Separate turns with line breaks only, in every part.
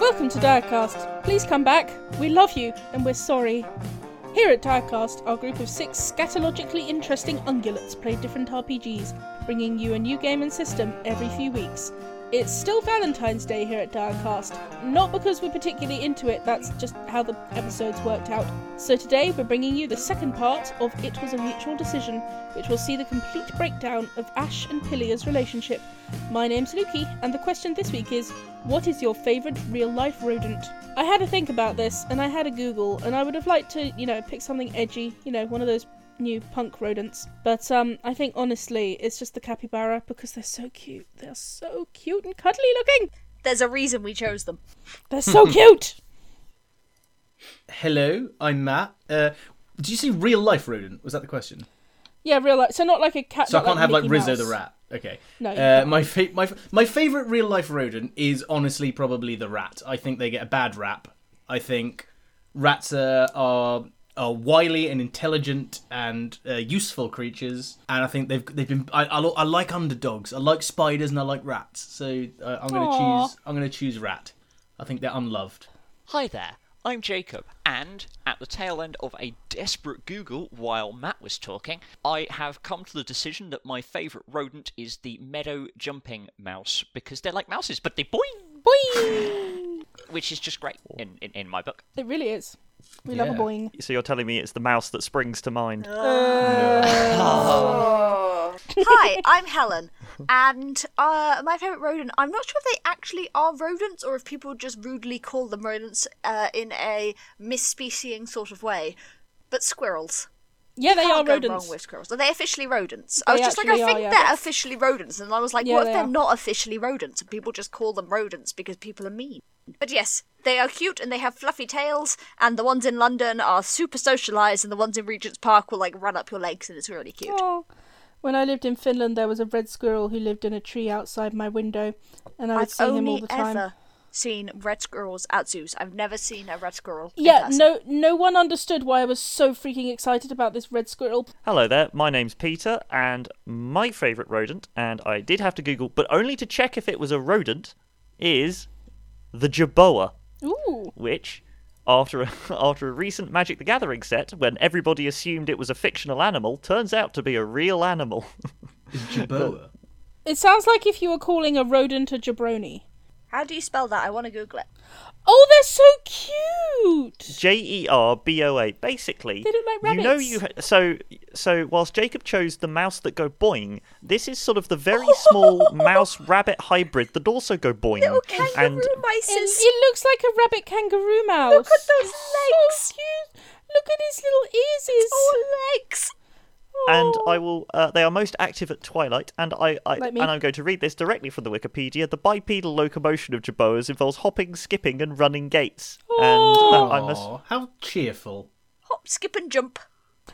Welcome to Direcast. Please come back. We love you and we're sorry. Here at Direcast, our group of six scatologically interesting ungulates play different RPGs, bringing you a new game and system every few weeks. It's still Valentine's Day here at Direcast. Not because we're particularly into it, that's just how the episodes worked out. So today we're bringing you the second part of It Was a Mutual Decision, which will see the complete breakdown of Ash and Pilia's relationship. My name's Luki, and the question this week is What is your favourite real life rodent? I had a think about this, and I had a Google, and I would have liked to, you know, pick something edgy, you know, one of those new punk rodents. But um, I think honestly, it's just the capybara because they're so cute. They're so cute and cuddly looking.
There's a reason we chose them.
They're so cute.
Hello, I'm Matt. Uh, did you see real life rodent? Was that the question?
Yeah, real life. So not Oh, like a cat.
So I
not
can't have like
Mickey
Rizzo the
Mouse.
rat. Okay.
No, you
Uh,
can't.
my fa- my f- my favorite real life rodent is honestly probably the rat. I think they get a bad rap. I think rats are are, are wily and intelligent and uh, useful creatures, and I think they've they've been. I, I, lo- I like underdogs. I like spiders and I like rats. So uh, I'm gonna
Aw.
choose. I'm gonna choose rat. I think they're unloved.
Hi there, I'm Jacob, and at the tail end of a desperate Google while Matt was talking, I have come to the decision that my favourite rodent is the meadow jumping mouse because they're like mouses, but they boing,
Boing.
which is just great in, in, in my book.
It really is. We love a
Yeah.
boing.
So you're telling me it's the mouse that springs to mind?
Hi, I'm Helen, and uh, my favourite rodent. I'm not sure if they actually are rodents or if people just rudely call them rodents uh, in a misspeciing sort of way, but squirrels.
Yeah, they are
Can't go
rodents.
wrong with squirrels. Are they officially rodents? I
They
was just like, I
actually are,
think
yeah,
they're
that's-
officially rodents, and I was like,
Yeah,
what
they
if they're
are.
not officially rodents? And people just call them rodents because people are mean. But yes, they are cute and they have fluffy tails, and the ones in London are super socialised, and the ones in Regent's Park will like run up your legs, and it's really cute.
Oh. When I lived in Finland, there was a red squirrel who lived in a tree outside my window, and I would
I've
see
only
him all the time.
ever seen red squirrels at zoos. I've never seen a red squirrel. in
yeah,
person.
no, no one understood why I was so freaking excited about this red squirrel.
Hello there, my name's Peter, and my favourite rodent, and I did have to Google, but only to check if it was a rodent, is the Jaboa,
Ooh,
which, after a, after a recent Magic the Gathering set, when everybody assumed it was a fictional animal, turns out to be a real animal.
Is Jaboa?
it sounds like if you were calling a rodent a jabroni.
How do you spell that? I want to Google it.
Oh, they're so cute.
J E R B O A. Basically,
They look like
you know
rabbits.
you ha- so so. Whilst Jacob chose the mouse that go boing, this is sort of the very small mouse rabbit hybrid that also go boing.
Oh,
Little
and
kangaroo
It,
mices.
it looks like a rabbit kangaroo mouse.
Look at those
It's
legs.
So cute. Look at his little Oh. earsies.
Oh, legs.
and I will. Uh, they are most active at twilight, and I, I
Like
and
me.
I'm going to read this directly from the Wikipedia. The bipedal locomotion of jaboas involves hopping, skipping, and running gates. And uh, I must.
Aw, how cheerful.
Hop, skip, and jump.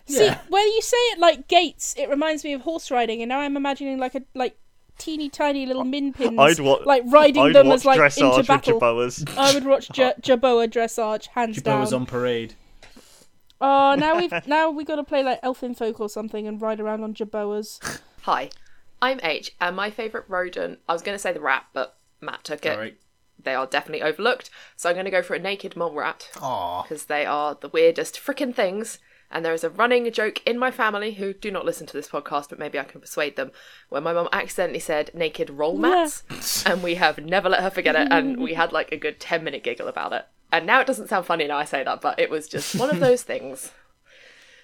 See,
Yeah.
when you say it like gates, it reminds me of horse riding, and now I'm imagining like a like teeny tiny little min pins,
I'd wa-
like riding
I'd
them
watch
as like
dressage
into
with
battle.
Jaboas.
I would watch ja- Jaboa dressage hands
Jaboa's
down.
on parade.
Oh, now we've now we got to play like elfin folk or something and ride around on Jaboas.
Hi, I'm H, and my favourite rodent, I was going to say the rat, but Matt took it.
All right.
They are definitely overlooked, so I'm going to go for a naked mole rat
Aw.
because they are the weirdest frickin' things. And there is a running joke in my family who do not listen to this podcast, but maybe I can persuade them, where my mum accidentally said naked roll mats, and we have never let her forget it. And we had like a good 10 minute giggle about it. And now it doesn't sound funny now I say that, but it was just one of those things.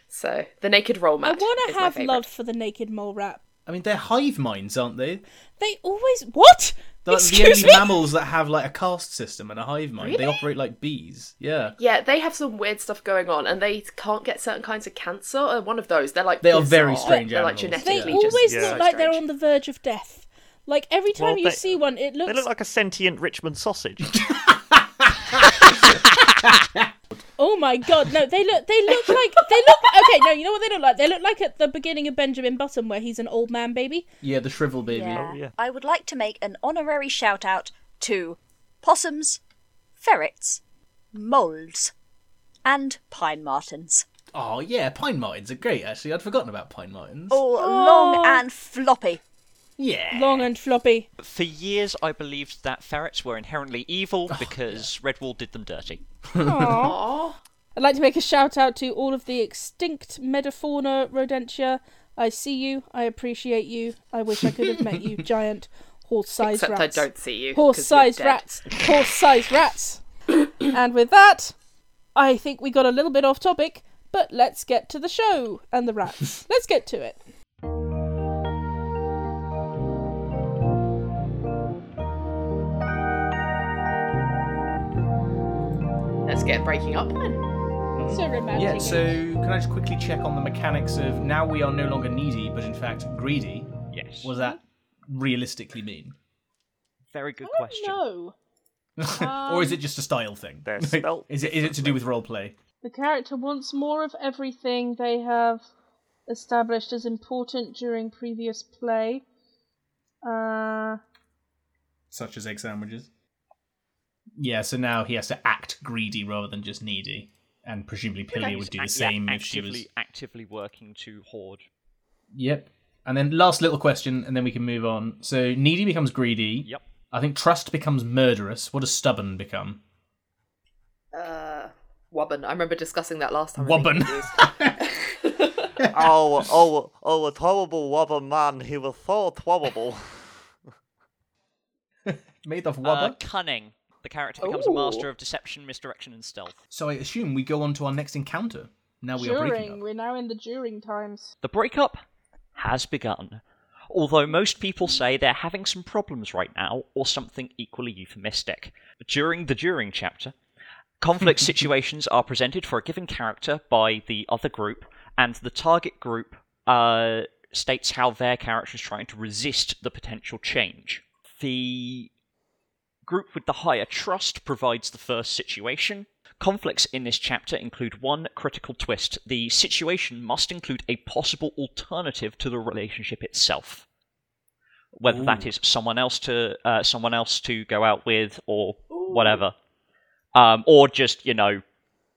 So the naked roll
I
mat.
want
is
to
my
have
favourite.
love for the naked mole rat.
I mean, they're hive minds, aren't they?
They always what?
They're like the
Excuse
only
me.
mammals that have like a caste system and a hive mind. They operate like bees. Yeah.
Yeah, they have some weird stuff going on, and they can't get certain kinds of cancer. Or one of those. They're like
They are very
bizarre.
strange
They're like
animals.
they
genetically
always
just
Yeah.
look like they're on the verge of death. Like every time
Well,
you
they-
see one, it looks
They look like a sentient Richmond sausage.
Oh my god, no, they look they look like they look okay, no, you know what they look like? They look like at the beginning of Benjamin Button where he's an old man baby.
Yeah, the shrivel baby.
yeah.
I would like to make an honorary shout out to possums, ferrets, moles, and pine martens.
Oh yeah, pine martins are great. Actually, I'd forgotten about pine martins.
All long and floppy.
Yeah.
Oh, Long and floppy.
For years, I believed that ferrets were inherently evil
Oh,
because Redwall did them dirty.
Aww.
Aw.
I'd like to make a shout out to all of the extinct metafauna rodentia. I see you. I appreciate you. I wish I could have met you, giant horse-sized
Except
rats.
I don't see you. 'cause you're
horse-sized
dead.
rats. Horse-sized rats. and with that, I think we got a little bit off topic, but let's get to the show and the rats. let's get to it.
Let's get breaking up then.
So romantic.
Yeah, so can I just quickly check on the mechanics of now we are no longer needy, but in fact greedy?
Yes.
What does that realistically mean?
Very good
I Um,
question.
No,
or is it just a style thing?
They're
Like,
spelt
is it is it to do with roleplay?
the character wants more of everything they have established as important during previous play. Uh,
Such as egg sandwiches. Yeah, so now he has to act greedy rather than just needy. And presumably Pillia would do the
Ac-
same
yeah,
if she
actively,
was
actively working to hoard.
Yep. And then last little question, and then we can move on. So needy becomes greedy.
Yep.
I think trust becomes murderous. What does stubborn become?
Uh, wobbin. I remember discussing that last time. I think
Wobbin.
it was-
oh, oh, oh, a terrible wobber man. He was so terrible.
Made of
Uh,
wubber.
cunning. The character becomes a master of deception, misdirection, and stealth.
so I assume we go on to our next encounter. Now we are breaking
during,
up.
we're now in the during times.
The breakup has begun. Although most people say they're having some problems right now, or something equally euphemistic. During the during chapter, conflict situations are presented for a given character by the other group, and the target group uh, states how their character is trying to resist the potential change. The group with the higher trust provides the first situation. Conflicts in this chapter include one critical twist. The situation must include a possible alternative to the relationship itself. Whether that is someone else to uh, someone else to go out with or whatever. Um, or just, you know,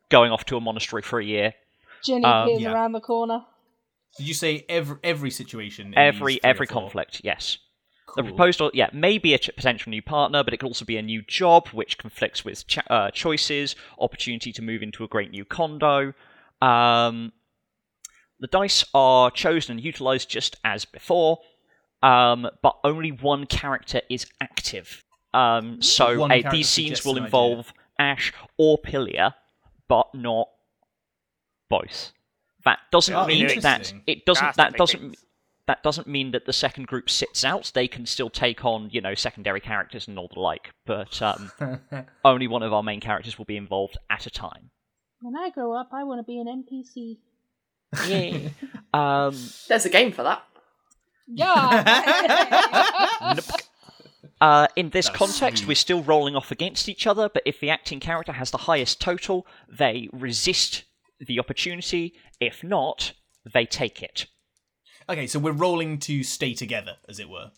going off to a monastery for a year.
Jenny
Um,
peers
yeah.
around the corner.
Did you say every every situation? in these
Every
three or
every
four?
conflict, yes.
Cool.
The proposed, or- yeah, maybe a ch- potential new partner, but it could also be a new job, which conflicts with ch- uh, choices, opportunity to move into a great new condo. Um, the dice are chosen and utilized just as before, um, but only one character is active. Um, so
One
uh,
character
these scenes
suggests
will
an idea.
involve Ash or Pillia, but not both. That doesn't
Oh,
mean that
interesting.
it doesn't.
That's the
that
big
doesn't
things.
that doesn't mean that the second group sits out. They can still take on, you know, secondary characters and all the like, but um, only one of our main characters will be involved at a time.
When I grow up, I want to be an NPC.
Yeah. um,
There's a game for that.
Yeah.
uh, in this
That's
context,
sweet.
we're still rolling off against each other, but if the acting character has the highest total, they resist the opportunity. If not, they take it.
okay, so we're rolling to stay together, as it were.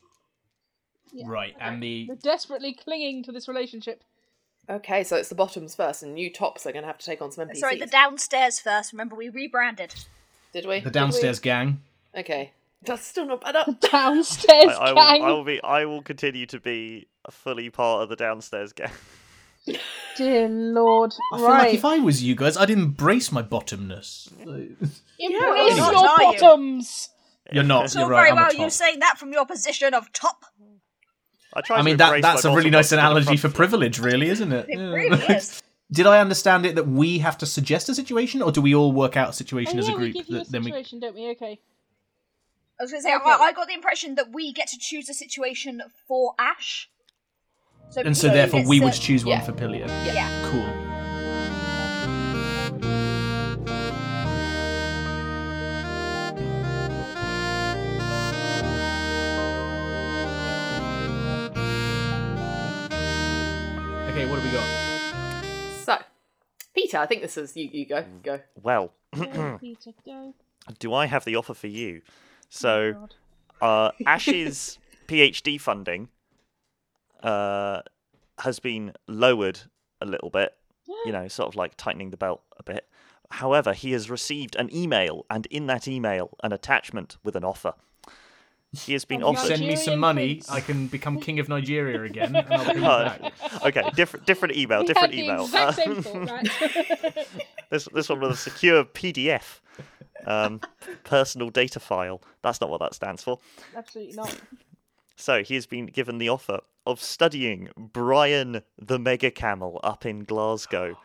Yeah.
Right, and the
We're desperately clinging to this relationship.
Okay, so it's the bottoms first, and you tops are going to have to take on some NPCs.
Sorry, the downstairs first. Remember, we rebranded.
Did we?
the downstairs gang.
Okay. That's still not bad. Uh,
I,
Downstairs
I, will,
gang.
I will be. I will continue to be fully part of the downstairs gang.
Dear Lord.
I feel like
right.
if I was you guys, I'd embrace my bottomness.
Embrace
Yeah,
your
what are you?
bottoms.
You're not.
So
you're right.
very well,
I'm a
you
top.
saying that from your position of top.
I try.
I
to
mean, that,
embrace my
that's a really
bottom
nice
up to the
analogy
front
for
foot.
privilege, really, isn't it?
It
Yeah.
really is.
Did I understand it that we have to suggest a situation, or do we all work out a situation
Oh,
as
yeah,
a group?
we give you a
that then we
situation, don't we? Okay.
I was going to say, I, I got the impression that we get to choose a situation for Ash.
and so
Peter
therefore
gets
we
the-
would choose one
yeah.
for Pillia.
Yeah.
Cool. Okay, what have we got?
So, Peter, I think this is you. You go. Go.
Well,
Go, Peter, go.
do I have the offer for you?
Oh
So, uh, Ash's PhD funding uh, has been lowered a little bit, you know, sort of like tightening the belt a bit. However, he has received an email, and in that email, an attachment with an offer. He has been
Oh,
You
God.
offered.
send me some
Nigerian
money,
prince.
I can become king of Nigeria again, and I'll bring you
Oh,
back.
okay, different different email,
We
different
had the
email.
exact
Uh,
same thought, right?
this this one with a secure PDF, um, personal data file. That's not what that stands for.
Absolutely not.
So he has been given the offer of studying Brian the Mega Camel up in Glasgow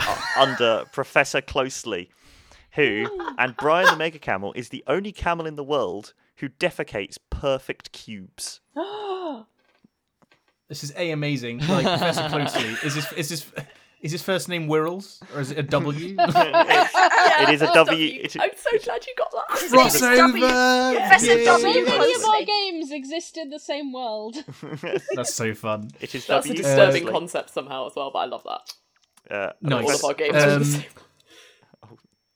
uh, under Professor Closely, who, and Brian the Mega Camel is the only camel in the world who defecates perfect cubes.
This is a amazing. Like Professor Closely, is this is this is his first name Wirrels or is it a W?
it is a W.
W.
It,
I'm so glad you got that.
Crossover.
Professor
Yay!
So many
W.
of our
Closely.
games exist in the same world.
That's so fun.
it is
That's a
W. E uh,
disturbing
Closely.
concept somehow as well, but I love that.
Uh,
All
Nice.
of our games
Um,
are the same.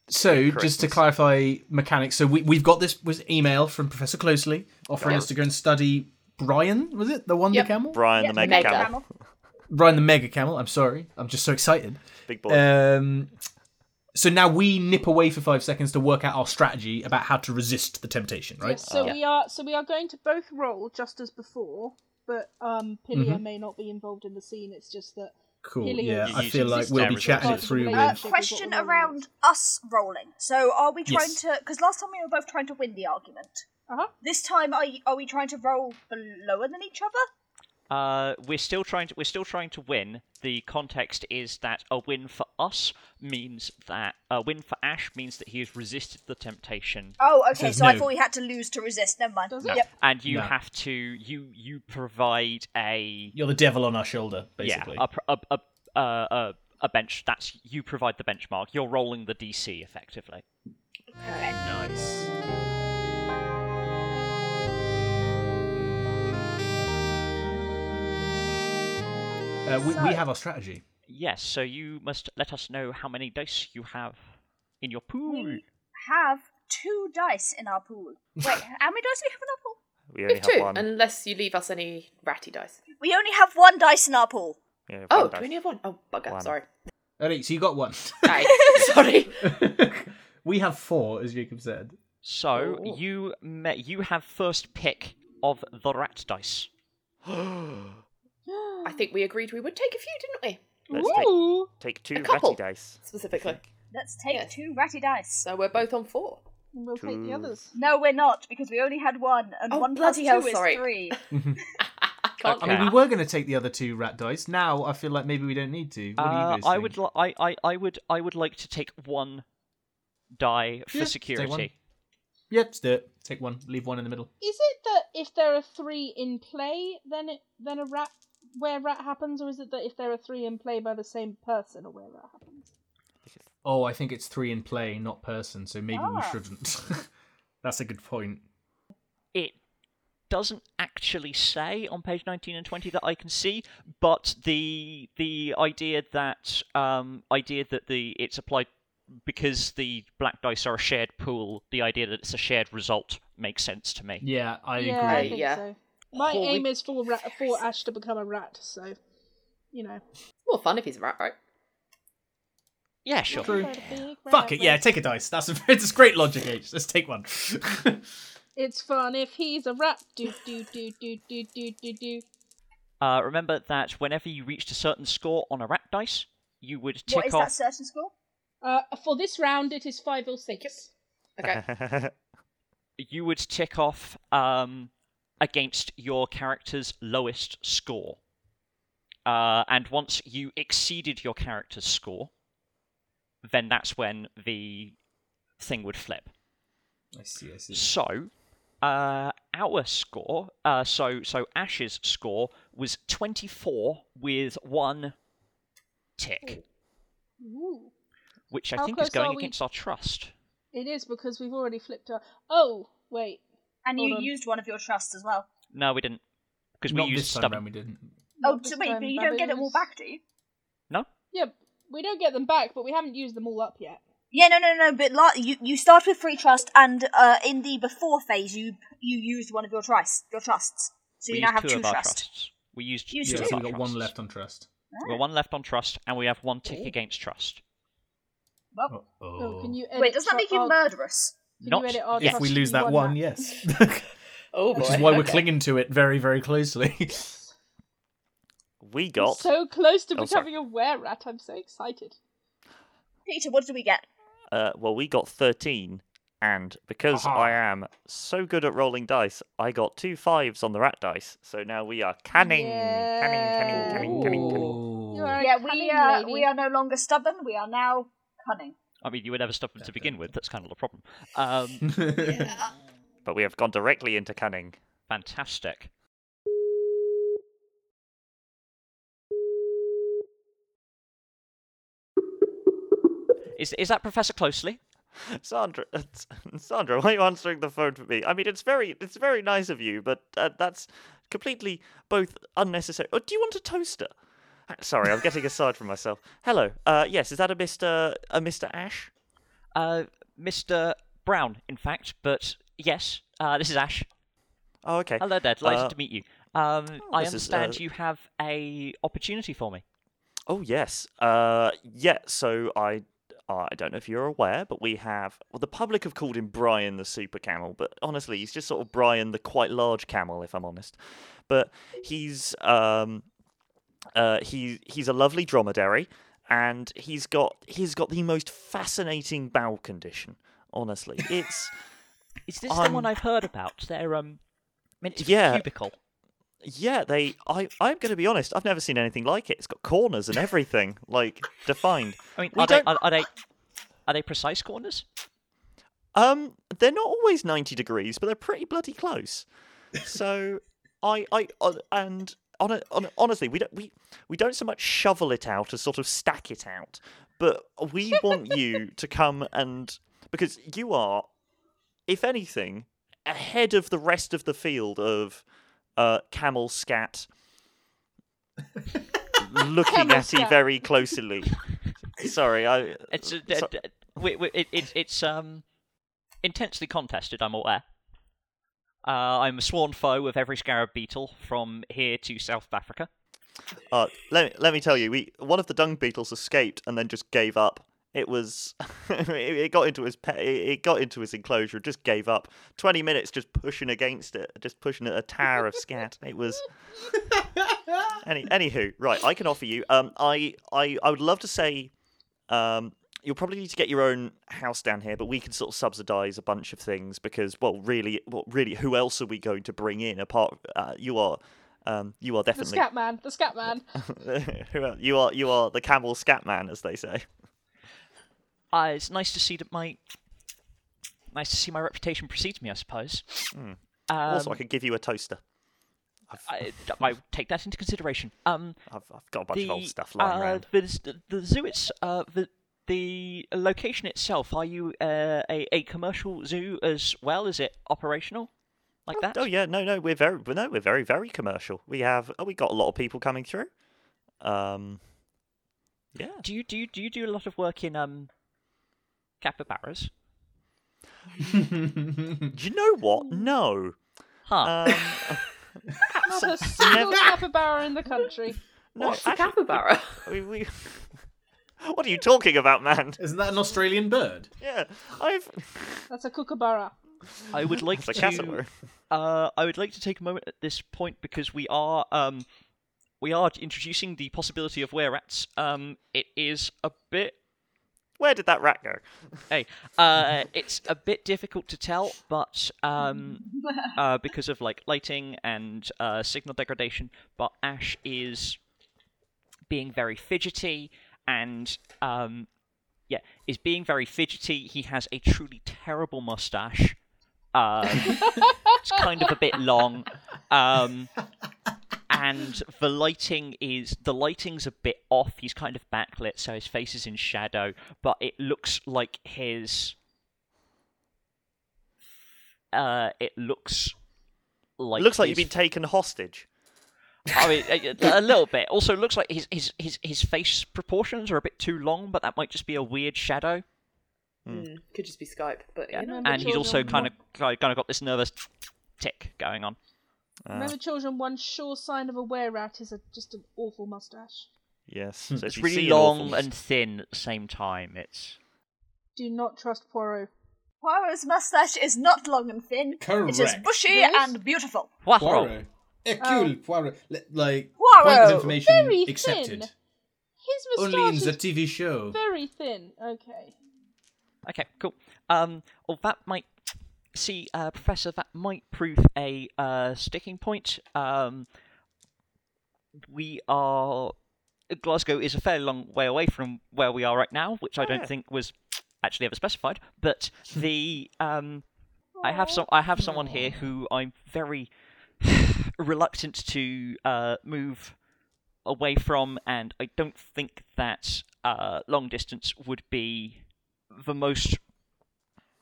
So, just to
Christmas.
clarify mechanics, so we, we've got this was email from Professor Closely offering us to go and study Brian, was it? The one,
Yep.
the camel?
Brian the Mega,
Mega.
Camel.
Brian the mega camel, I'm sorry. I'm just so excited.
Big boy.
Um, so now we nip away for five seconds to work out our strategy about how to resist the temptation, right?
Yes, so we are so we are going to both roll just as before, but um Pilia
Mm-hmm.
may not be involved in the scene. It's just that
Cool.
Healing
Yeah,
is-
I feel like
Using
we'll be
steroids.
chatting it through
Uh,
Uh,
with.
Shape is
question
what we're
around us rolling. So are we trying
Yes.
to? Because last time we were both trying to win the argument.
uh-huh.
This time, are, y- are we trying to roll bel- lower than each other?
Uh, we're still trying to we're still trying to win. The context is that a win for us means that a win for Ash means that he has resisted the temptation,
Oh, okay.
says
So I
no.
thought we had to lose to resist. Never mind.
Does it?
Yep.
and you
No.
have to you you provide a
You're the devil on our shoulder, basically.
yeah a pr- a a, a, a a bench. That's you provide the benchmark. You're rolling the DC effectively.
nice. Uh, we, we have our strategy.
Yes, so you must let us know how many dice you have in your pool.
We have two dice in our pool. Wait, how many dice do we have in our pool?
we
We
only
have
have,
two,
one.
unless you leave us any ratty dice.
We only have one dice in our pool.
Yeah, one
Oh, do
dice.
we only have one? Oh, bugger.
One.
Sorry.
Alright, so you got one.
Aye, sorry.
we have four, as Jacob said.
So
Ooh.
you me- you have first pick of the rat dice.
I think we agreed we would take a few, didn't we?
Let's
Ooh.
take, take two
A couple.
ratty dice.
Specifically.
Let's take
Yes.
two ratty dice.
So we're both on four.
And we'll take the
Two.
others.
No, we're not, because we only had one, and
Oh,
one plus
bloody
two
hell,
is
sorry.
three.
Can't
I mean,
Okay.
we were going to take the other two rat dice. Now I feel like maybe we don't need to. What do you
Uh,
guys
I
think?
would li- I, I I would I would like to take one die for
Yeah, take one.
security.
Yep, let's do it. Take one, leave one in the middle.
Is it that if there are three in play, then it then a rat where rat happens, or is it that if there are three in play by the same person, or where rat happens?
Oh, I think it's three in play, not person. So maybe we
Ah.
shouldn't. That's a good point.
It doesn't actually say on page 19 and 20 that I can see, but the the idea that um idea that the it's applied because the black dice are a shared pool, the idea that it's a shared result makes sense to me.
Yeah, I
yeah, I
agree.
think
Yeah.
so. My
Holy-
aim is for rat, for Ash to become a rat, so you know.
More fun if he's a rat, right?
Yeah, sure.
True.
Got a big
Fuck
rat
it. Yeah,
with-
take a dice. That's a, it's great logic, H. Let's take one.
It's fun if he's a rat. Do do do do do do do do.
Uh, remember that whenever you reached a certain score on a rat dice, you would tick
What is
off.
that certain score?
Uh, for this round, it is five or six.
Okay.
You would tick off um, against your character's lowest score. Uh, and once you exceeded your character's score, then that's when the thing would flip.
I see. I see.
So, uh, our score, uh, so so Ash's score was twenty four with one tick,
Ooh.
which I
How
think
close
is
are
going
we-
against our trust.
It is because we've already flipped our. Oh wait,
And you
Hold on.
used one of your trusts as well.
No, we didn't. Because we
Not
used
this time
stubborn.
round, we didn't.
Oh,
Not this
to wait,
time,
but you
that
don't get it all
is-
back, do you?
No?
Yeah, we don't get them back, but we haven't used them all up yet.
Yeah, no, no, no. But la- you you start with free trust, and uh, in the before phase, you you used one of your trusts. Your trusts. So
we
you now
used
have
two,
two,
of our
trusts.
trusts. We used
You
two
should
Yeah,
of
so
our
we got one
trusts.
left on trust.
We're one left on trust, and we have one tick against trust.
Well,
Oh,
Oh, can you edit
wait, does that make uh, you
our-
murderous?
can you
Not
edit our
if
trust
we
to
lose
be
that
one
one,
rat?
yes.
Oh boy.
which is why we're
okay.
clinging to it very, very closely.
We got
So close to
Oh, sorry.
becoming a were rat. I'm so excited.
Peter, what did we get?
uh, well, we got thirteen, and because I am so good at rolling dice, I got two fives on the rat dice. So now we are canning, canning, canning, canning, canning, canning.
Oh.
You are a
yeah,
cunning
we uh,
lady.
we are no longer stubborn. We are now cunning.
I mean, you were never stubborn to begin with. That's kind of the problem. Um,
But we have gone directly into canning.
fantastic. Is, is that Professor Closely?
Sandra, Sandra, why are you answering the phone for me? I mean, it's very, it's very nice of you, but uh, that's completely both unnecessary. Oh, do you want a toaster? Uh, Sorry, I'm getting aside from myself. Hello. Uh, yes, is that a Mister, a Mister Ash?
Uh, Mr. Brown, in fact, but yes, uh, this is Ash.
Oh, okay.
Hello there, delighted
Uh,
to meet you. Um, I
this is,
understand
uh,
you have a opportunity for me.
Oh yes. Uh, yeah. So I, uh, I don't know if you're aware, but we have. Well, the public have called him Brian the Super Camel, but honestly, he's just sort of Brian the quite large camel, if I'm honest. But he's um, uh, he he's a lovely dromedary, and he's got he's got the most fascinating bowel condition. Honestly, it's.
Is this the
I'm-
one I've heard about? They're um, meant to be
Yeah.
cubicle.
Yeah, they. I. I'm going to be honest. I've never seen anything like it. It's got corners and everything, like defined.
I mean,
We
are they,
don't-
are, are they are they precise corners?
Um, they're not always ninety degrees, but they're pretty bloody close. So, I, I, uh, and on, a, on a- honestly, we don't we we don't so much shovel it out as sort of stack it out, but we want you to come and because you are, if anything, ahead of the rest of the field of, uh, camel scat. looking
Camel
at you
scat.
very closely. Sorry, I.
It's uh,
so-
d- d- we, we, it, it's it's um intensely contested. I'm aware. Uh, I'm a sworn foe of every scarab beetle from here to South Africa.
Uh, let me let me tell you, we one of the dung beetles escaped and then just gave up. It was it, it got into his pe- it it got into his enclosure, and just gave up. Twenty minutes just pushing against it, just pushing at a tower of scat. It was. Any anywho, right? I can offer you. Um, I I I would love to say, um. You'll probably need to get your own house down here, but we can sort of subsidise a bunch of things because, well, really, well, really, who else are we going to bring in apart? Uh, you are, um, you are
The
definitely
scat man. The scat man.
Who else? you are you are the camel scat man, as they say.
Uh, it's nice to see that my nice to see my reputation precedes me. I suppose. Um,
Hmm. also, I could give you a toaster.
I, I take that into consideration. Um,
I've, I've got a bunch of old
the,
stuff lying
uh,
around.
The, the- the zoo, it's uh, the the location itself. Are you uh, a a commercial zoo as well? Is it operational like that?
Oh yeah, no, no, we're very, well, no, we're very, very commercial. We have, oh, we got a lot of people coming through. Um, yeah.
Do you do you, do you do a lot of work in um capybaras?
Do you know what?
Hmm.
No.
Huh.
Um,
Not a
never-
single capybara in the country.
no,
What's the
actually,
capybara?
we, we, what are you talking about, man?
Isn't that an Australian bird?
Yeah, I've.
That's a kookaburra.
Uh. I would like
It's a
to.
cassowary.
Uh, I would like to take a moment at this point because we are um we are introducing the possibility of were rats. Um, it is a bit
Where did that rat go?
hey, uh, it's a bit difficult to tell, but um, uh, because of like lighting and uh, signal degradation, but Ash is being very fidgety and um, yeah, is being very fidgety. He has a truly terrible mustache. Um, it's kind of a bit long. Um, and the lighting is the lighting's a bit off. He's kind of backlit, so his face is in shadow, but it looks like his. Uh, it looks like
looks like you've
his
been taken hostage.
I mean, a, a little bit. Also, it looks like his, his his his face proportions are a bit too long, but that might just be a weird shadow.
Hmm.
Mm, could just be Skype, but you know.
Remember
And he's also
children,
kind of kind of got this nervous tick going on.
Uh,
Remember, children, one sure sign of a were rat is a, just an awful mustache.
Yes, so if
Hmm, It's
you
really
see an awful
long
must-
and thin at the same time. It's
Do not trust Poirot.
Poirot's mustache is not long and thin. It is
Correct.
bushy
Yes.
and beautiful.
Poirot.
Poirot. Hercule Poirot. Li- Like,
Poirot.
point of information
Oh. Very thin.
accepted.
His
Only in
moustache
the
is
TV show.
very thin. Okay.
Okay, cool. Um, well, that might see, uh, Professor. That might prove a uh, sticking point. Um, we are Glasgow is a fairly long way away from where we are right now, which I don't think was actually ever specified. But the um, I have some. I have someone here who I'm very reluctant to uh, move away from, and I don't think that uh, long distance would be the most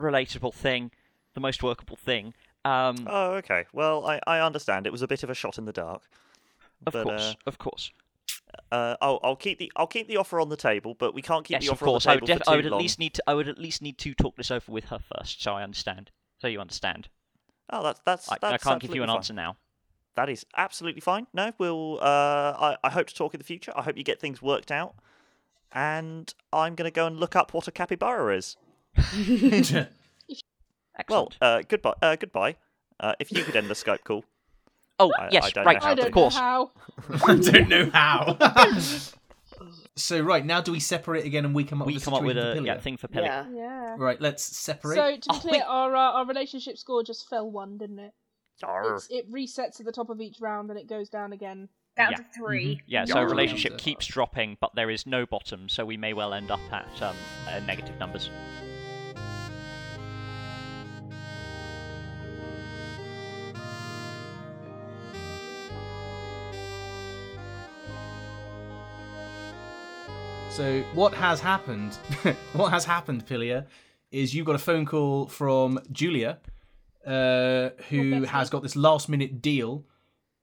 relatable thing, the most workable thing. Um,
Oh, okay. Well, I, I understand. It was a bit of a shot in the dark.
of
but,
course,
uh,
of course.
Uh, I'll, I'll keep the I'll keep the offer on the table, but we can't keep
Yes,
the
of
offer
course. I
on the
would, def-
table for too
I would at
long.
least need to. I would at least need to talk this over with her first, so I understand. So you understand.
Oh, that's that's
I, I
that's
can't give you
absolutely
an
fine.
answer now.
That is absolutely fine. No, we'll. Uh, I I hope to talk in the future. I hope you get things worked out. And I'm gonna go and look up what a capybara is.
Excellent.
Well, uh, goodbye. Uh, goodbye. Uh, if you could end the Skype call.
oh
I- I
yes,
don't know
right.
how
I
to-
don't
of course.
know how.
I don't know how. so right now, do we separate again and we come up
we
with
come up with
situation
a
for
yeah,
Pillar?
thing for Pillar.
Yeah.
Yeah.
Right, let's separate.
So to be
Oh,
clear,
wait.
our uh, our relationship score just fell one, didn't it?
Yarr.
It's, it resets at the top of each round and it goes down again.
Down
Yeah. Mm-hmm.
to 3
Yeah, so
Yeah.
relationship keeps dropping, but there is no bottom, so we may well end up at um, uh, negative numbers.
So what has happened? what has happened, Pilia, is you've got a phone call from Julia, uh, who has got this last-minute deal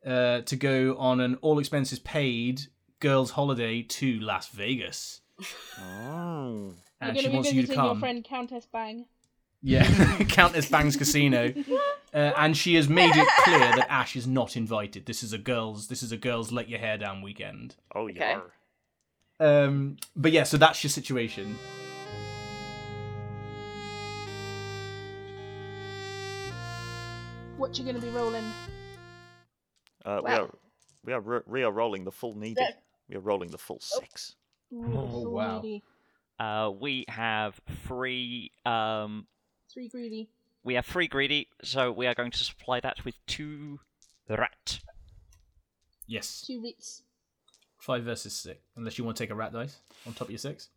uh, to go on an all expenses paid girls' holiday to Las Vegas,
Mm.
Oh.
You're
and
gonna
she
be
wants you to
visiting your
come.
friend Countess Bang.
Yeah, Countess Bang's Casino, uh, and she has made it clear that Ash is not invited. This is a girls. This is a girls let your hair down weekend.
Oh, yarr.
Um, but yeah, so that's your situation.
What you gonna be rolling?
Uh, we
Wow.
are we are re- we are rolling the full needy.
That-
We are rolling the full six.
Ooh, the
Oh,
full
wow.
needy.
Uh, we have three. Um,
Three greedy.
we have three greedy, so we are going to supply that with two rat.
Yes,
Two reets.
five versus six. Unless you want to take a rat dice on top of your six.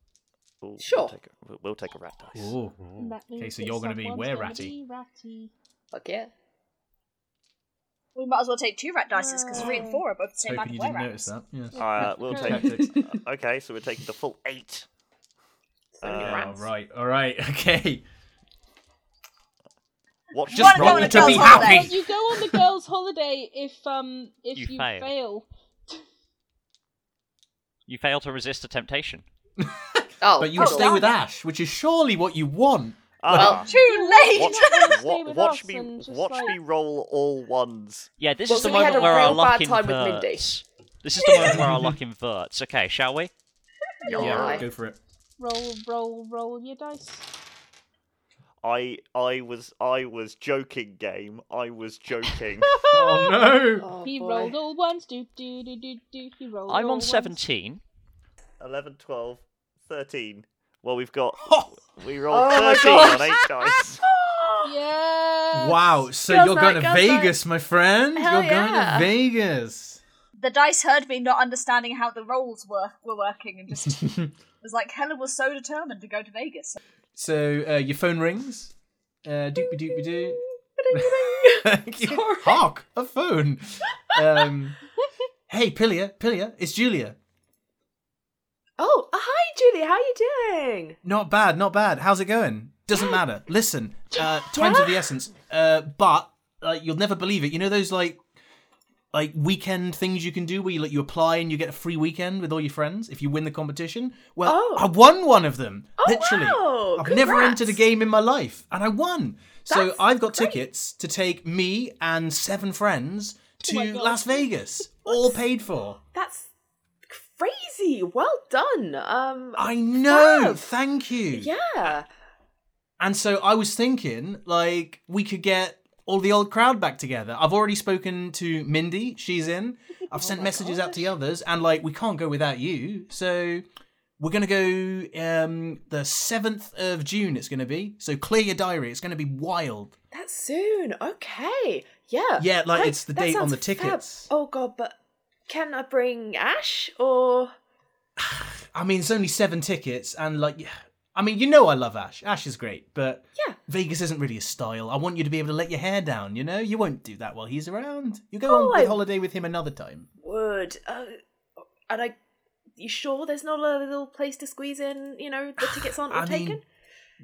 We'll, we'll
Sure.
take a- We'll, we'll take a rat dice.
Ooh.
Mm.
And that means
Okay, so
that
you're gonna be
someone's
were
gonna
ratty.
be ratty.
Fuck yeah.
We might as well take two rat dice because three
Oh.
and four are both the same amount
Hoping
of
you didn't
wear
notice that. Yes.
Uh, we'll take. uh,
Tactics.
okay, so we're taking the full eight.
So many
Uh,
All
rats.
right, all right, okay.
What's
Just
Wanna go
roll
on a
to be
girls' holiday?
happy.
You go on the girls' holiday if um if
You
you,
fail.
fail.
You fail to resist the temptation.
Oh,
But you
Oh,
stay with
wow.
Ash, which is surely what you want.
Ah,
Too late.
watch,
Stay
wa-
with
watch
us
me,
and just,
watch me
like-
roll all ones.
Yeah, this
Well,
is the
so we had
moment
a
where our
real
luck
bad time with Mindy.
inverts. This is the moment where our luck inverts. Okay, shall we?
Oh,
Oh,
Yeah,
Yarr.
go for it.
Roll, roll, roll your dice.
I, I was, I was joking. Game. I was joking.
Oh no!
Oh,
he
boy.
rolled all ones. Do do do do do. He
Oh,
rolled.
I'm
all
on
ones.
17.
11, 12, 13. Well, we've got.
Oh,
We rolled
Oh my
13 on eight dice.
Ah.
Yeah.
wow, so
Girls
you're
night,
going to
girls
Vegas, my friend.
Hell
you're going to
yeah.
Vegas.
The dice heard me not understanding how the rolls were were working and just was like Helen was so determined to go to Vegas.
So uh, your phone rings. Uh, doopy doopy doo. Hark, a phone. Um, hey, Pilia, Pilia, it's Julia.
Oh, hi, Julie. How you doing?
Not bad, not bad. How's it going? Doesn't matter. Listen, uh, time's of the essence. Uh, but like, you'll never believe it. You know those like, like weekend things you can do where you like you apply and you get a free weekend with all your friends if you win the competition. Well,
Oh.
I won one of them. literally,
wow.
I've never
Congrats.
entered a game in my life, and I won. So
That's
I've got tickets to take me and seven friends
Oh
to Las Vegas, all paid for.
That's crazy. Well done. Um,
I know.
Fab.
Thank you.
yeah.
And so I was thinking, like, we could get all the old crowd back together. I've already spoken to Mindy, she's in.
Oh
I've sent messages out to the others, and like, we can't go without you. So we're gonna go um the seventh of June. It's gonna be so clear your diary. It's gonna be wild.
That's soon. Okay. Yeah.
Yeah, like,
That-
it's the
that
date on
sounds
the
fab.
tickets.
Oh god, but can I bring Ash or
I mean, it's only seven tickets, and like, yeah. I mean, you know, I love Ash. Ash is great, but
Yeah.
Vegas isn't really a style. I want you to be able to let your hair down. You know, you won't do that while he's around. You go
Oh,
on with
I-
holiday with him another time.
Wood? Uh, and I, you sure there's not a little place to squeeze in? You know, the tickets aren't all
I mean,
taken.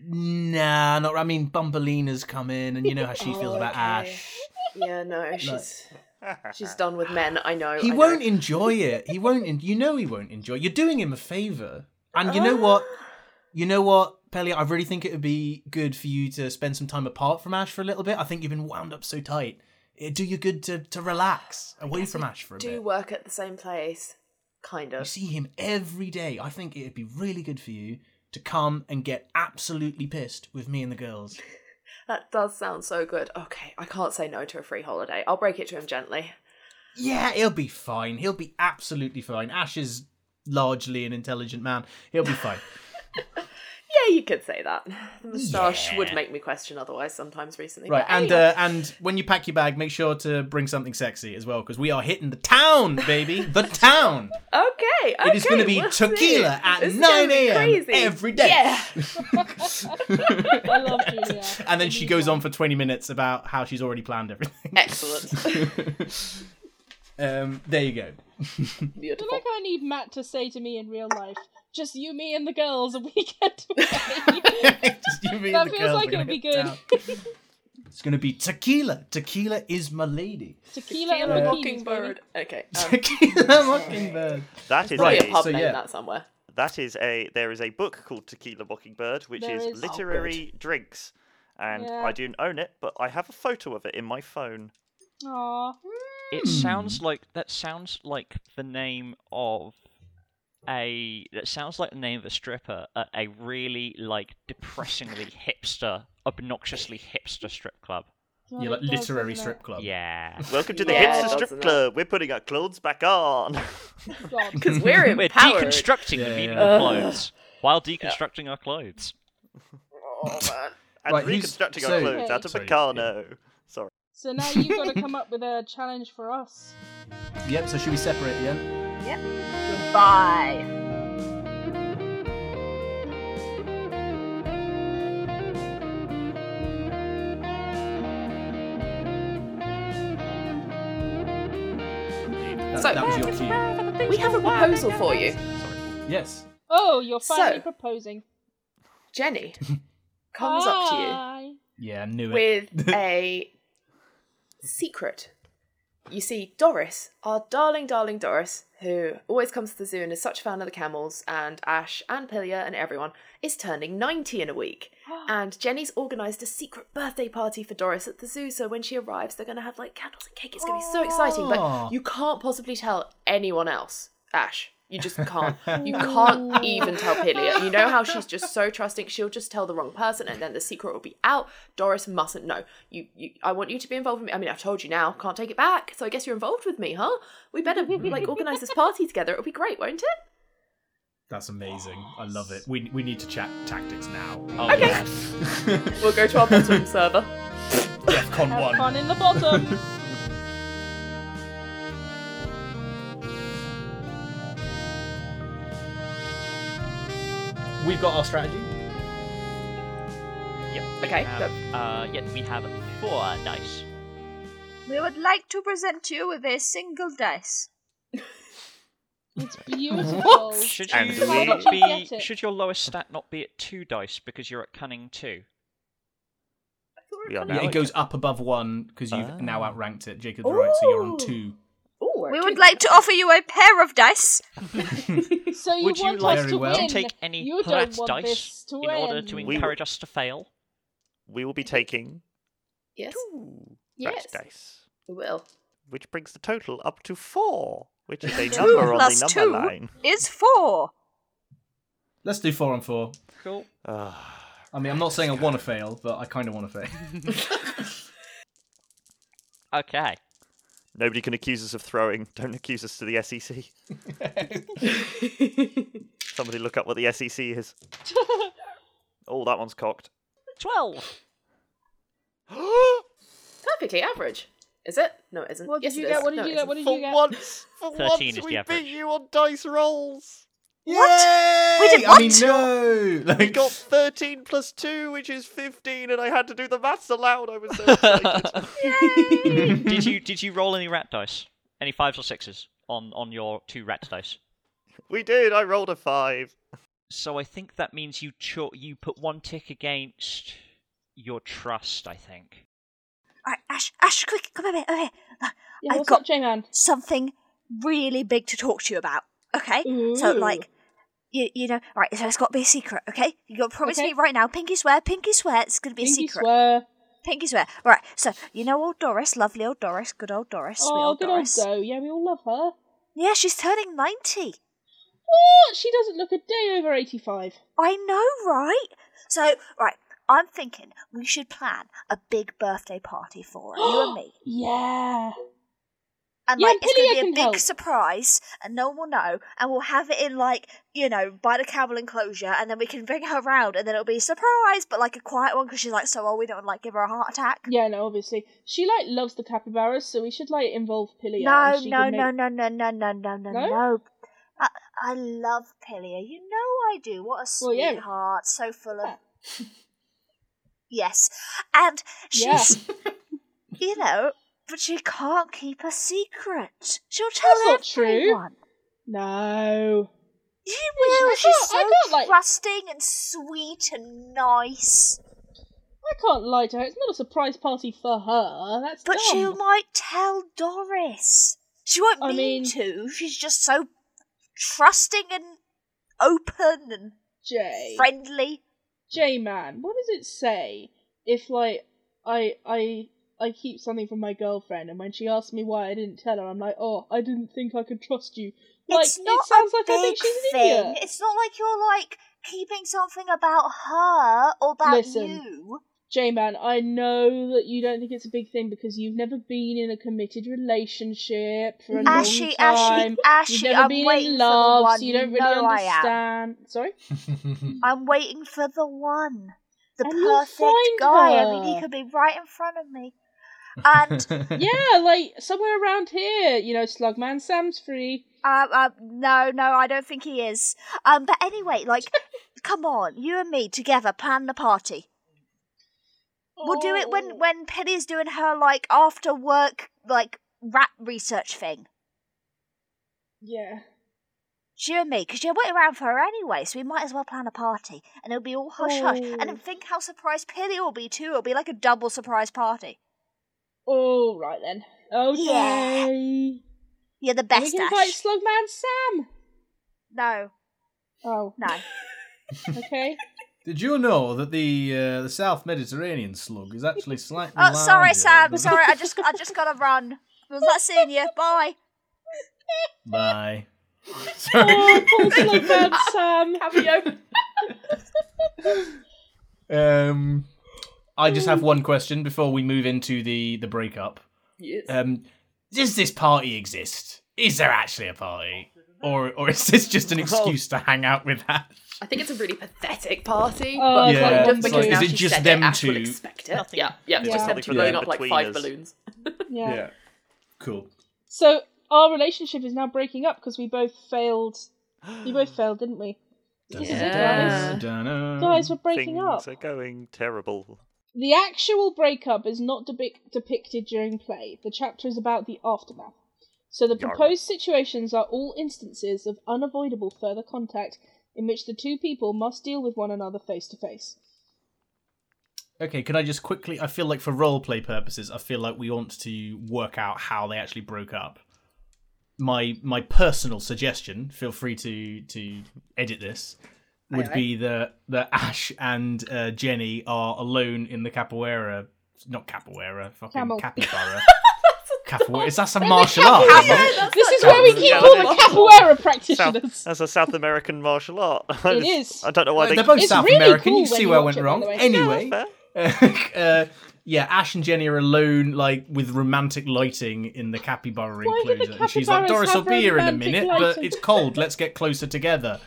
Nah, not. I mean, Bumbleina's come in, and you know how she feels about
Oh, okay.
Ash.
Yeah, no, she's she's done with men. I know.
He
I know.
won't enjoy it. He won't. En- you know, he won't enjoy. You're doing him a favor, and you
Oh.
know what? You know what, Pelly? I really think it would be good for you to spend some time apart from Ash for a little bit. I think you've been wound up so tight. It'd do you good to to relax away from Ash for a
do
bit.
work at the same place, kind
You
of.
see him every day. I think it'd be really good for you to come and get absolutely pissed with me and the girls.
That does sound so good. Okay, I can't say no to a free holiday. I'll break it to him gently.
Yeah, he'll be fine. He'll be absolutely fine. Ash is largely an intelligent man. He'll be fine.
Yeah, you could say that. The moustache
Yeah.
would make me question otherwise sometimes recently.
Right,
but
and
anyway.
uh, and when you pack your bag, make sure to bring something sexy as well, because we are hitting the town, baby, the town.
Okay, okay.
uh, It is going to be
we'll see.
tequila at
This is gonna
nine
be
a.m.
crazy.
every day.
Yeah.
I love Julia.
And then she goes on for twenty minutes about how she's already planned everything.
Excellent.
Um, there you go.
I
Beautiful.
like how I need Matt to say to me in real life, just you, me, and the girls, a weekend away.
Just you, me, and
That
the
feels
girls,
like
we're gonna
it'll be
hit the town. it's going to be tequila. Tequila is my lady.
Tequila and
Tequila
bikinis,
Mockingbird. Okay.
Oh.
Um,
Tequila Mockingbird.
That is
Right,
be a pub
so
name
yeah.
that somewhere.
That is a there is a book called Tequila Mockingbird, which
There
is
is. Oh, good.
literary drinks, and
Yeah.
I don't own it, but I have a photo of it in my phone.
baby. Aw.
It sounds like that sounds like the name of a that sounds like the name of a stripper at a really like depressingly hipster, obnoxiously hipster strip club.
God,
You're like
it does,
literary
doesn't
strip club.
Yeah.
Welcome to the
Yeah,
hipster
doesn't
strip
it?
club. We're putting our clothes back on.
it? God.
Because we're
We're
empowered.
deconstructing
Yeah,
the meaning
yeah.
of clothes while deconstructing our clothes.
Oh, man.
and
Right, who's-
reconstructing
so-
our clothes out of
Sorry,
Meccano. Sorry.
So now you've got to come up with a challenge for us.
Yep. So should we separate the end?
Bye.
That,
So-
that was your cue.
We have a proposal for you.
Yes.
Oh, you're finally
So-
proposing.
Jenny comes up to you
Hi.
Yeah, I knew it.
with a secret. You see, Doris, our darling, darling Doris, who always comes to the zoo and is such a fan of the camels, and Ash and Pilia and everyone, is turning 90 in a week. And Jenny's organised a secret birthday party for Doris at the zoo, so when she arrives, they're going to have like candles and cake. It's going to be so exciting,
Aw.
but you can't possibly tell anyone else, Ash. You just can't. You can't even tell Pilia. You know how she's just so trusting. She'll just tell the wrong person, and then the secret will be out. Doris mustn't know. You, you I want you to be involved with me. I mean, I've told you now. Can't take it back. So I guess you're involved with me, huh? We better like organize this party together. It'll be great, won't it?
That's amazing. I love it. We, we need to chat tactics now.
Oh, yeah.
We'll go to our bottom server.
Defcon
Have
one.
fun in the bottom.
We've got our strategy.
Yep, we
Okay,
Have, uh, yeah, we have four dice.
We would like to present you with a single dice.
It's beautiful.
Should
And
you
we-
not
Did you
be?
get it?
Should your lowest stat not be at two dice because you're at cunning two?
We are
Yeah,
now.
it goes up above one because you've
Ah.
now outranked it. Jacob's right, so you're on
Ooh.
two.
Ooh,
We would like to offer you a pair of dice.
So you
Would you
want us
like
Very
to
well.
win?
to take any
you don't
Harat's
want this
dice
to
in order
end.
to
We-
encourage us to fail?
We will be taking
Yes,
two
Yes.
rat dice,
we will.
which brings the total up to four, which is a
Two
number on
plus
the
two
number line.
is four.
Let's do four on four.
Cool.
Ugh,
I mean, I'm not saying I want to fail, but I kind of want to fail.
Okay.
Nobody can accuse us of throwing. Don't accuse us to the E SEC. Somebody look up what the SEC is. Oh, that one's cocked.
12.
Perfectly average. Is it? No, it isn't.
What did
yes,
you
it
get?
is.
What did
No,
you
it
get? What
isn't.
did you
For
get?
once, for
13
once,
is the
we
average.
beat you on dice rolls.
What?
We did
I mean,
what?
no.
We
Like,
got 13 plus 2, which is 15, and I had to do the maths aloud. I was so excited.
did you did you roll any rat dice? Any fives or sixes on on your two rat dice?
we did. I rolled a 5.
So I think that means you cho- you put one tick against your trust. I think.
Alright, Ash, Ash, quick, come over here, over here. Look,
Yeah,
I've
what's
got-
up, J-Man?
Something really big to talk to you about, okay? So,
Ooh.
like, you, you know, right, so it's got to be a secret, okay? you got to promise
Okay.
me right now, pinky swear, pinky swear, it's going to be a
Pinky
secret.
swear.
Pinky swear. Right, so, you know old Doris, lovely old Doris, good old Doris, sweet
Oh,
old
good old
Doris.
Zoe. Yeah, we all love her.
yeah, she's turning 90.
What? She doesn't look a day over 85.
I know, right? So, right, I'm thinking we should plan a big birthday party for her, you and me.
Yeah.
And
Yeah,
like it's
Pilia
gonna be
can
a big
help.
surprise and no one will know and we'll have it in like, you know, by the cowbell enclosure and then we can bring her round and then it'll be a surprise but like a quiet one because she's like so old we don't wanna, like give her a heart attack.
Yeah, no, obviously. She, like, loves the capybaras, so we should, like, involve Pilly.
No,
and she
no,
can make...
no, no, no, no, no, no, no,
No?
no. I, I love Pilia. You know I do. What a
Well, yeah.
sweetheart. So full of. yes. And
Yeah.
she's, you know, but she can't keep a secret. She'll tell
That's not true.
everyone.
No.
You
Which I
will. She's
can't- I
so
can't, like-
trusting and sweet and nice.
I can't lie to her. It's not a surprise party for her. That's
But
dumb.
she might tell Doris. She won't
I
mean,
mean-
to. She's just so trusting and open and
Jay.
friendly.
J man, what does it say if like I I I keep something from my girlfriend and when she asks me why I didn't tell her, I'm like, oh, I didn't think I could trust you. Like
it's not
it sounds
a
like
big
I think she's an
thing.
idiot.
It's not like you're like keeping something about her or about
Listen.
you.
J man, I know that you don't think it's a big thing because you've never been in a committed relationship for a long
Ashy,
time.
ashy,
You've
ashy.
never
I'm
been in
waiting for the
love,
one.
so you don't really
know I am.
understand. Sorry.
I'm waiting for the one. The
And you'll
perfect
find
guy. I mean, he
her.
could be right in front of me. And
yeah, like somewhere around here, you know, Slugman Sam's free.
Um, um, no, no, I don't think he is. Um, but anyway, like, come on, you and me together plan the party. We'll do it
Oh.
when when Penny's doing her like after work like rat research thing.
Yeah.
It's You and me, because you're waiting around for her anyway, so we might as well plan a party, and it'll be all hush hush. And
Oh.
then think how surprised Penny will be too. It'll be like a double surprise party.
All right then. Okay.
You're the
we
best,
can
Ash.
invite Slugman Sam.
No,
Oh,
no.
okay.
Did you know that the uh, the South Mediterranean slug is actually slightly
oh, sorry,
larger
Sam.
than-
Sorry, I just I just gotta run. Was that seeing you? Bye.
Bye. sorry.
oh, poor Slugman Sam.
Cameo.
Um, I just have one question before we move into the the breakup.
Yes.
Um, does this party exist? Is there actually a party, or or is this just an excuse to hang out with that?
I think it's a really pathetic party.
Oh,
but
Yeah.
kind of
it's
because
like,
now
is
it
she
just
said
them
it, Ash would
two?
expect it.
Nothing.
Yeah, yeah, it's
Yeah.
just them
Nothing
two
for
blowing
them
up like
between
five
us.
balloons.
Yeah.
Cool.
So our relationship is now breaking up because we both failed. We both failed, didn't we?
Yeah.
Guys, we're breaking
Things
up.
are going terrible.
The actual breakup is not depic- depicted during play. The chapter is about the aftermath. So the
Yarr.
proposed situations are all instances of unavoidable further contact in which the two people must deal with one another face to face.
Okay, can I just quickly? I feel like for roleplay purposes, I feel like we want to work out how they actually broke up. My my personal suggestion, feel free to to edit this, would be that that Ash and uh, Jenny are alone in the capoeira, not capoeira, fucking
Camel.
capybara, capoeira. Is that some martial art?
capoeira.
isn't it?
This is where we keep all the capoeira practitioners.
South, that's a South American martial art. I
It
just-
is.
I don't know why they.
They're both
It's
South
really
American.
cool
you can see
when
where I
you
went
watch it, by
wrong.
the way.
Anyway,
Yeah,
uh, yeah, Ash and Jenny are alone, like with romantic lighting in the capybara
Why do the
enclosure, and she's like,
capybaras
"Doris, I'll
have
be here in a
romantic
minute, but
lighting?"
it's cold. Let's get closer together."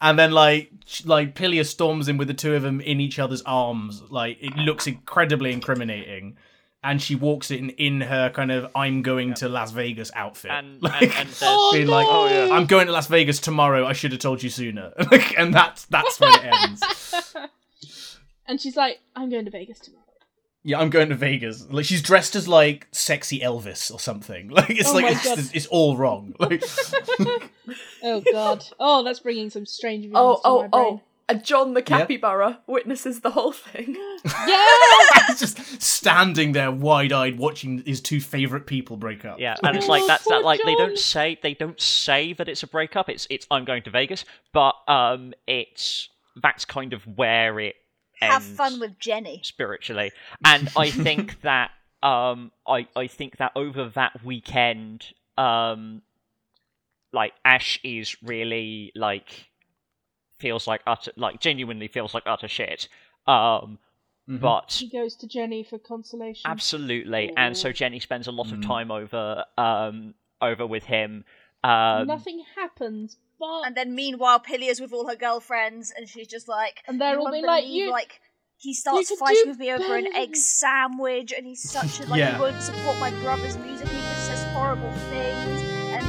and then, like, sh- like Pilia storms in with the two of them in each other's arms. Like, it looks incredibly incriminating. And she walks in in her kind of "I'm going to Las Vegas" outfit,
And,
Like-
and, and there's
Oh,
being like,
Oh, yeah.
"I'm going to Las Vegas tomorrow. I should have told you sooner." Like, and that's that's when it ends.
And she's like, I'm going to Vegas tomorrow.
yeah, I'm going to Vegas. Like she's dressed as like sexy Elvis or something. Like it's
Oh
like
my
it's,
God.
it's, all wrong. Like
Oh god. Oh, that's bringing some strange visions
Oh, oh,
to my brain.
oh. And John the capybara witnesses the whole thing. oh.
Yeah.
he's just standing there wide eyed watching his two favorite people break up.
Yeah, and it's like
Oh,
that's
poor
that like they
John.
don't say they don't say that it's a breakup. It's it's I'm going to Vegas, but um, it's that's kind of where it
Have
ends
fun with Jenny.
spiritually, and I think that um, I I think that over that weekend, um, like Ash is really like feels like utter like genuinely feels like utter shit. Um,
Mm-hmm.
but
She goes to Jenny for consolation.
Absolutely, and so
Ooh.
Jenny spends a lot of
Mm.
time over um over with him. Um,
Nothing happens, but
And then meanwhile, Pilia's with all her girlfriends, and she's just like,
And they're
"You
all
won't
being like,
believe,
"You-
like." He starts
could
fighting
do
with me over an
better."
egg sandwich, and he's such a like
Yeah.
he won't support my brother's music. He just says horrible things, and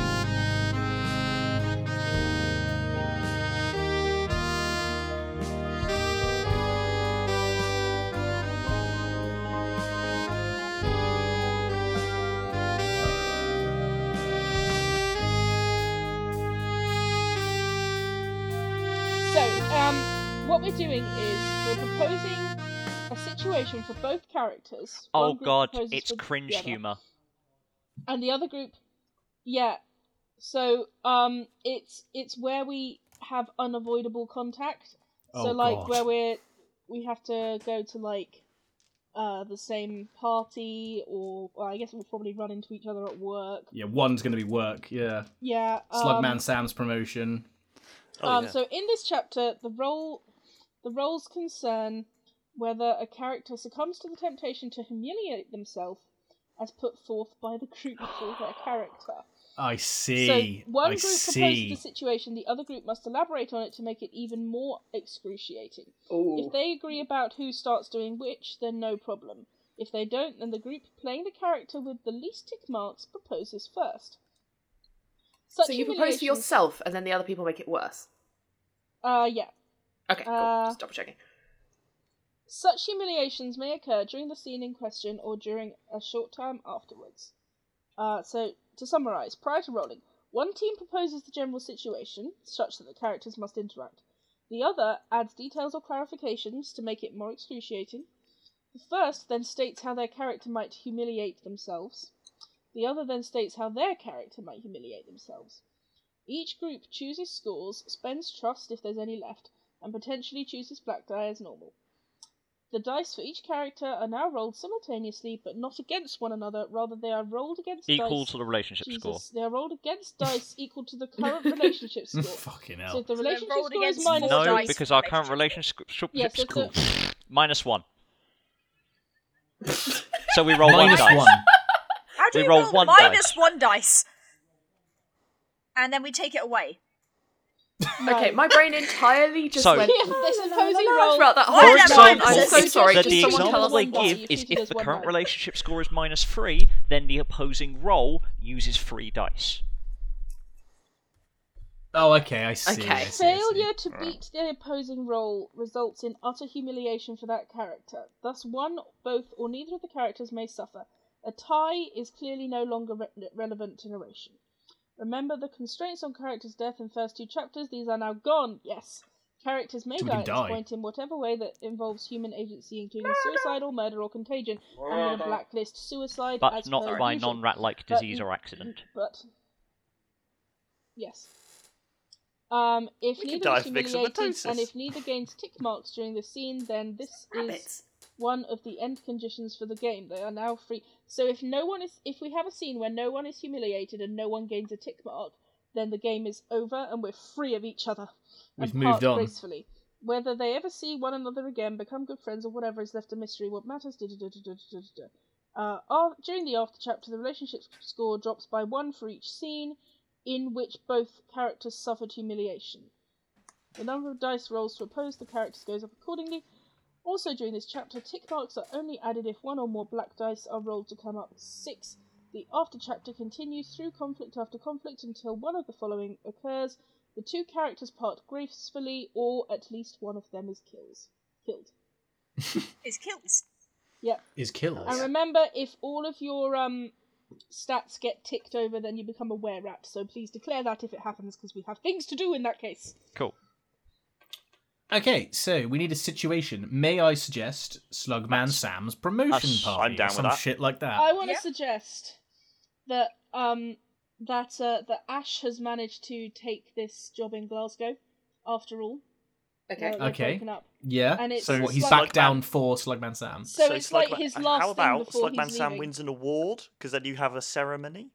So, um, what we're doing is we're proposing a situation for both characters.
oh
One group
god,
proposes
it's
for the
cringe
other.
humor.
And the other group, yeah. So, um, it's it's where we have unavoidable contact.
Oh,
so, like
God.
where we're we have to go to like uh the same party, or well, I guess we'll probably run into each other at work.
Yeah, one's gonna be work. Yeah,
Yeah. Um,
Slugman Sam's promotion. Oh,
Oh,
um, So in this chapter, the role, the roles concern whether a character succumbs to the temptation to humiliate themselves, as put forth by the group for their character.
I see.
So one
I
group
see.
proposes a situation, the other group must elaborate on it to make it even more excruciating. If they agree about who starts doing which, then no problem. If they don't, then the group playing the character with the least tick marks proposes first. Such
So you propose for
humiliation-
yourself, and then the other people make it worse.
Uh, yeah.
Okay, cool.
Uh,
Just double checking.
Such humiliations may occur during the scene in question or during a short time afterwards. Uh, so, to summarise, prior to rolling, one team proposes the general situation, such that the characters must interact. The other adds details or clarifications to make it more excruciating. The first then states how their character might humiliate themselves. The other then states how their character might humiliate themselves. Each group chooses scores, spends trust if there's any left, and potentially chooses black die as normal. The dice for each character are now rolled simultaneously, but not against one another. Rather, they are rolled against
Equal
dice.
to the relationship
Jesus,
score.
They are rolled against dice equal to the current relationship score.
Mm, Fucking
So
hell.
if the
they're
relationship
rolled
score is
against
minus
more
no,
dice.
dice.
because our current relationship
Yeah, so
score
it's
minus one. so we roll
Oh, Minus
one dice.
one.
How do
We
we
roll
roll
one
minus
dice.
one dice? And then we take it away.
Okay, my brain entirely just
So-
went
Yeah, they're supposing roll.
throughout that
Why
whole
that
time.
minus
I'm
one?
so sorry.
that
Just
the
someone
example
tell us
they
one die.
why.
give
You
is
treat it
if
as
the
one
current
die.
relationship score is minus three, then the opposing roll uses three dice.
Oh, okay. I see.
Okay.
I see, I see.
Failure to beat the opposing roll results in utter humiliation for that character. Thus, one, both, or neither of the characters may suffer. A tie is clearly no longer re- relevant to narration. Remember the constraints on characters' death in first two chapters. These are now gone. Yes, characters may die
Somebody
at
die.
this point in whatever way that involves human agency, including suicide or murder or contagion. I'm going to blacklist suicide,
But
as
not
per
by
usual.
non rat like
But-
disease or accident.
But yes. Um, if
We could
neither
die
is
of
humiliated and
myxomatosis.
if neither gains tick marks during the scene, then this is
Rabbits.
one of the end conditions for the game. They are now free. So if no one is, if we have a scene where no one is humiliated and no one gains a tick mark, then the game is over and we're free of each other. and
We've moved
part
on.
gracefully. Whether they ever see one another again, become good friends, or whatever is left a mystery. What matters? Da, da, da, da, da, da, da, da. Uh, af- during the after chapter, the relationship score drops by one for each scene in which both characters suffered humiliation. The number of dice rolls to oppose the characters goes up accordingly. Also, during this chapter, tick marks are only added if one or more black dice are rolled to come up six. The after chapter continues through conflict after conflict until one of the following occurs: the two characters part gracefully, or at least one of them is kills killed.
It's kilts.
Yep.
Is killers.
And remember, if all of your um, stats get ticked over, then you become a were rat. So please declare that if it happens, because we have things to do in that case.
Cool.
Okay, so we need a situation. May I suggest Slugman Sam's promotion
that's-
party?
I'm down
or
with
some
that.
shit like that.
I want to
Yeah.
suggest that um, that uh, that Ash has managed to take this job in Glasgow. After all, now
Okay.
that they've
Okay.
broken up.
yeah.
and it's
So
what, he's
Slugman-
back down for Slugman Sam.
So, it's like
Slugman-
his
uh,
last
How about
thing before
Slugman
he's
Sam
leaving.
wins an award? Because then you have a ceremony.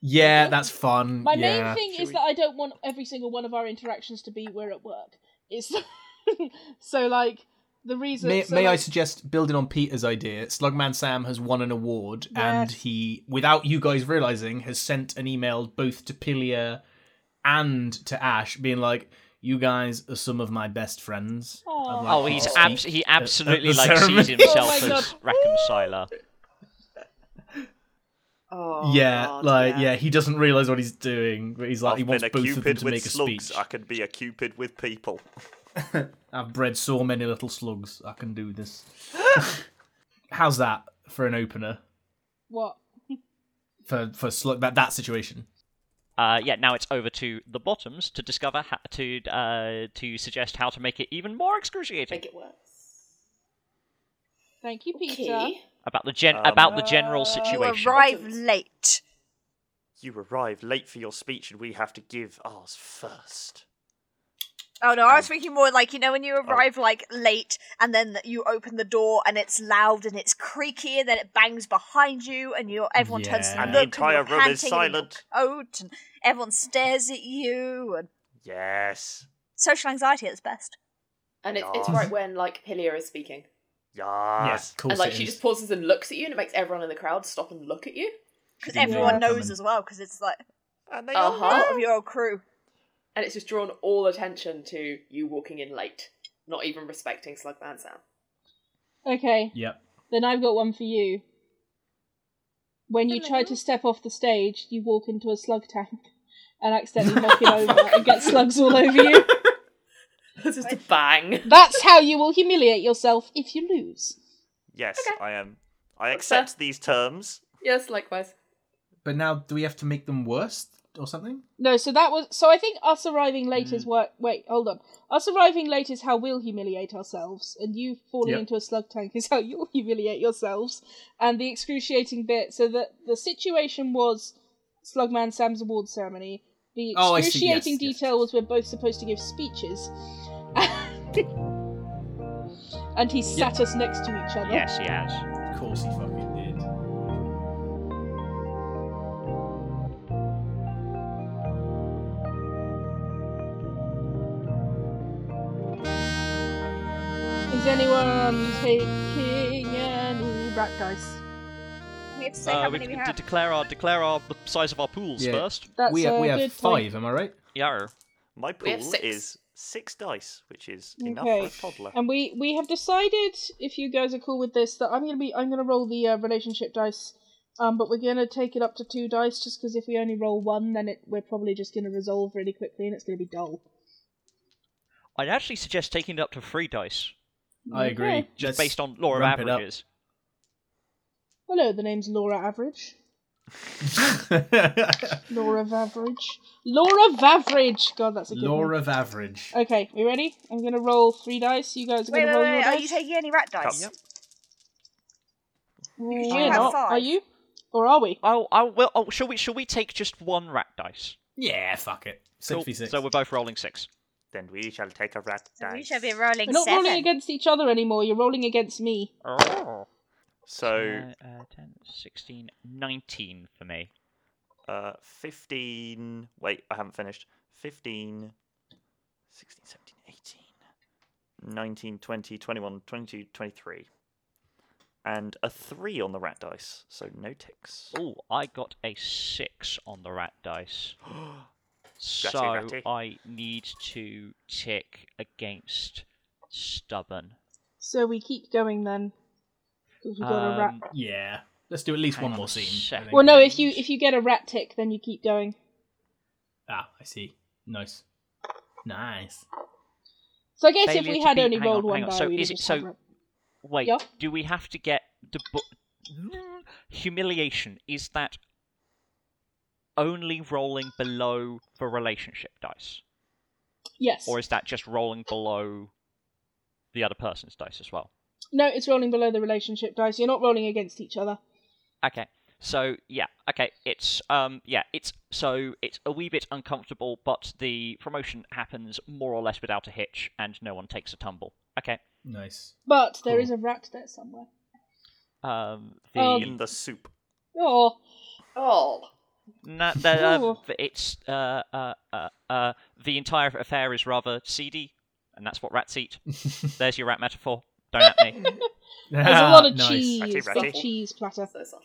Yeah,
Okay.
that's fun.
My
yeah.
main thing
Should
is
we-
that I don't want every single one of our interactions to be we're at work. It's so like the reason.
May,
so,
may I
like-
suggest building on Peter's idea? Slugman Sam has won an award, and
Yes.
he, without you guys realizing, has sent an email both to Pilia and to Ash, being like, "You guys are some of my best friends." I'd
Aw.
like
Oh,
to
he's
speak
abs-
at- at
he
the
absolutely like
ceremony."
sees himself
Oh my
as reconciler.
Oh,
yeah,
God,
like yeah. he doesn't realize what he's doing, but he's like
I've
he wants
been a
both
cupid
of them to
with
make a
slugs.
speech.
I can be a cupid with people.
I've bred so many little slugs. I can do this. How's that for an opener
what?
for for slug that that situation?
Uh, yeah, now it's over to the bottoms to discover how to uh, to suggest how to make it even more excruciating
Make it worse.
Thank you, Peter.
Okay.
about the gen
Um,
about the general
You
situation.
arrive late.
You arrive late for your speech, and we have to give ours first.
Oh no, I was thinking more like you know when you arrive like late and then you open the door and it's loud and it's creaky and then it bangs behind you and you everyone turns to
Yeah.
look
And
And
the
the
and
entire
you're
room is
panting and you're
silent.
coat and everyone stares at you and
Yes.
social anxiety at its best.
And it's, it's
Yes.
right when like Pilia is speaking,
Yes.
cool.
and like she just pauses and looks at you, and it makes everyone in the crowd stop and look at you.
Because
Didn't
know
everyone
that
knows
coming.
as well, because it's like
And they
Uh-huh.
all know.
part of your old crew.
And it's just drawn all attention to you walking in late, not even respecting Slugman Sam.
Okay,
Yep.
then I've got one for you. When you try to step off the stage, you walk into a slug tank and accidentally knock it over and get slugs all over you.
It's just a bang.
That's how you will humiliate yourself if you lose.
Yes, I am. I
That's fair.
accept these terms.
Yes, likewise.
But now, do we have to make them worse or something?
No, so that was so. I think us arriving late is
Mm.
what. Wait, hold on. Us arriving late is how we'll humiliate ourselves, and you falling
Yep.
into a slug tank is how you'll humiliate yourselves. And the excruciating bit. So that the situation was Slugman Sam's award ceremony. The
Oh, I see, yes,
excruciating
yes.
detail was we're both supposed to give speeches, and he sat us next to each other.
Yes, he has.
Of course, he fucking did.
Is anyone taking any rat dice?
We have to say
Uh,
how
we
many we
d-
have.
declare our declare our the size of our pools
Yeah.
first.
That's
we have,
a
we have
good
five.
point.
Am I right?
Yarr.
My
We have
pool
six.
is six dice, which is enough
Okay. Um,
for a toddler.
And we we have decided, if you guys are cool with this, that I'm gonna be I'm gonna roll the uh, relationship dice, um, but we're gonna take it up to two dice just because if we only roll one, then it we're probably just gonna resolve really quickly and it's gonna be dull.
I'd actually suggest taking it up to three dice,
I agree.
Okay.
just based on law of
ramp it up.
averages.
Hello, the name's Laura Average. Laura Average. Laura Average. God, that's a good Oh.
Law
name.
of average.
Okay, we ready? I'm gonna roll three dice. You guys are gonna
Wait, wait,
roll
wait,
your
wait, Are
dice.
you taking any rat dice?
Yep.
you
We're
have
not.
five.
Are you? Or are we?
Oh, oh, well, oh, shall we? Shall we take just one rat dice?
Yeah, fuck it. Six
Cool.
v six.
So we're both rolling six.
Then we shall take a rat
So
dice.
we shall be rolling
We're not
seven.
rolling against each other anymore. You're rolling against me. Oh.
So
Uh, uh, 10, 16, 19 for me.
uh, 15. Wait, I haven't finished. 15, 16, 17, 18, 19, 20, 21, 22, 23. And a 3 on the rat dice, so no ticks.
Oh, I got a 6 on the rat dice. so
Ratty, ratty.
I need to tick against stubborn.
So we keep going then. 'Cause we got a
Um,
rat.
Yeah. Let's do at least
Hang
one
on
more
a
scene. I
second.
think.
Well, no. If you if you get a rat tick, then you keep going.
Ah, I see. Nice. Nice.
So I guess if
Failure
we
to
had
beat-
only
hang on,
rolled one
hang on,
die,
so
we'd
is
have
it-
just
so-
had rat-
Wait,
Yeah.
do we have to get the bu- humiliation? Is that only rolling below for relationship dice,
yes.
or is that just rolling below the other person's dice as well?
No, it's rolling below the relationship dice. You're not rolling against each other.
Okay. So yeah, okay, it's um yeah, it's so it's a wee bit uncomfortable, but the promotion happens more or less without a hitch and no one takes a tumble. Okay.
Nice.
But there
Cool.
is a rat there somewhere.
Um the
Um,
In the soup.
Oh,
Oh.
na- the, um,
Ooh.
it's uh, uh uh uh the entire affair is rather seedy and that's what rats eat. There's your rat metaphor. Don't at me.
there's a lot of
nice.
cheese.
Ratty,
Big
ratty.
cheese platter.
So subtle.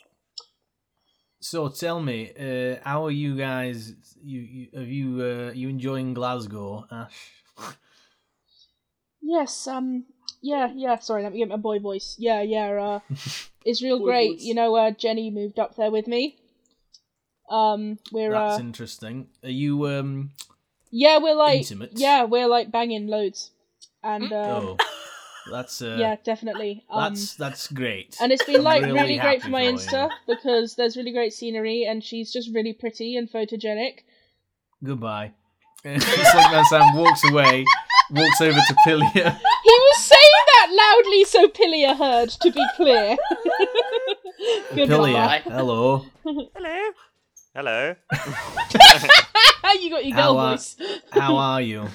So tell me, uh, how are you guys? You, you have you uh, you enjoying Glasgow, Ash?
Yes. Um. Yeah. Yeah. Sorry. Let me get my boy voice. Yeah. Yeah. Uh, it's real
Boy
great.
voice.
You know, uh, Jenny moved up there with me. Um. We're
That's
uh.
interesting. Are you um?
yeah. We're like.
intimate.
Yeah. We're like banging loads. And
Mm.
um,
Oh, that's uh.
yeah, definitely. Um,
That's that's great.
and it's been like
really
really, great for
happy
my
for you.
Insta because there's really great scenery and she's just really pretty and photogenic.
Goodbye. Slugman Sam walks away, walks over to Pilia.
He was saying that loudly so Pilia heard, to be clear. Goodbye.
Pilia, hello.
Hello. Hello.
you got your girl
How, uh,
voice.
How are you?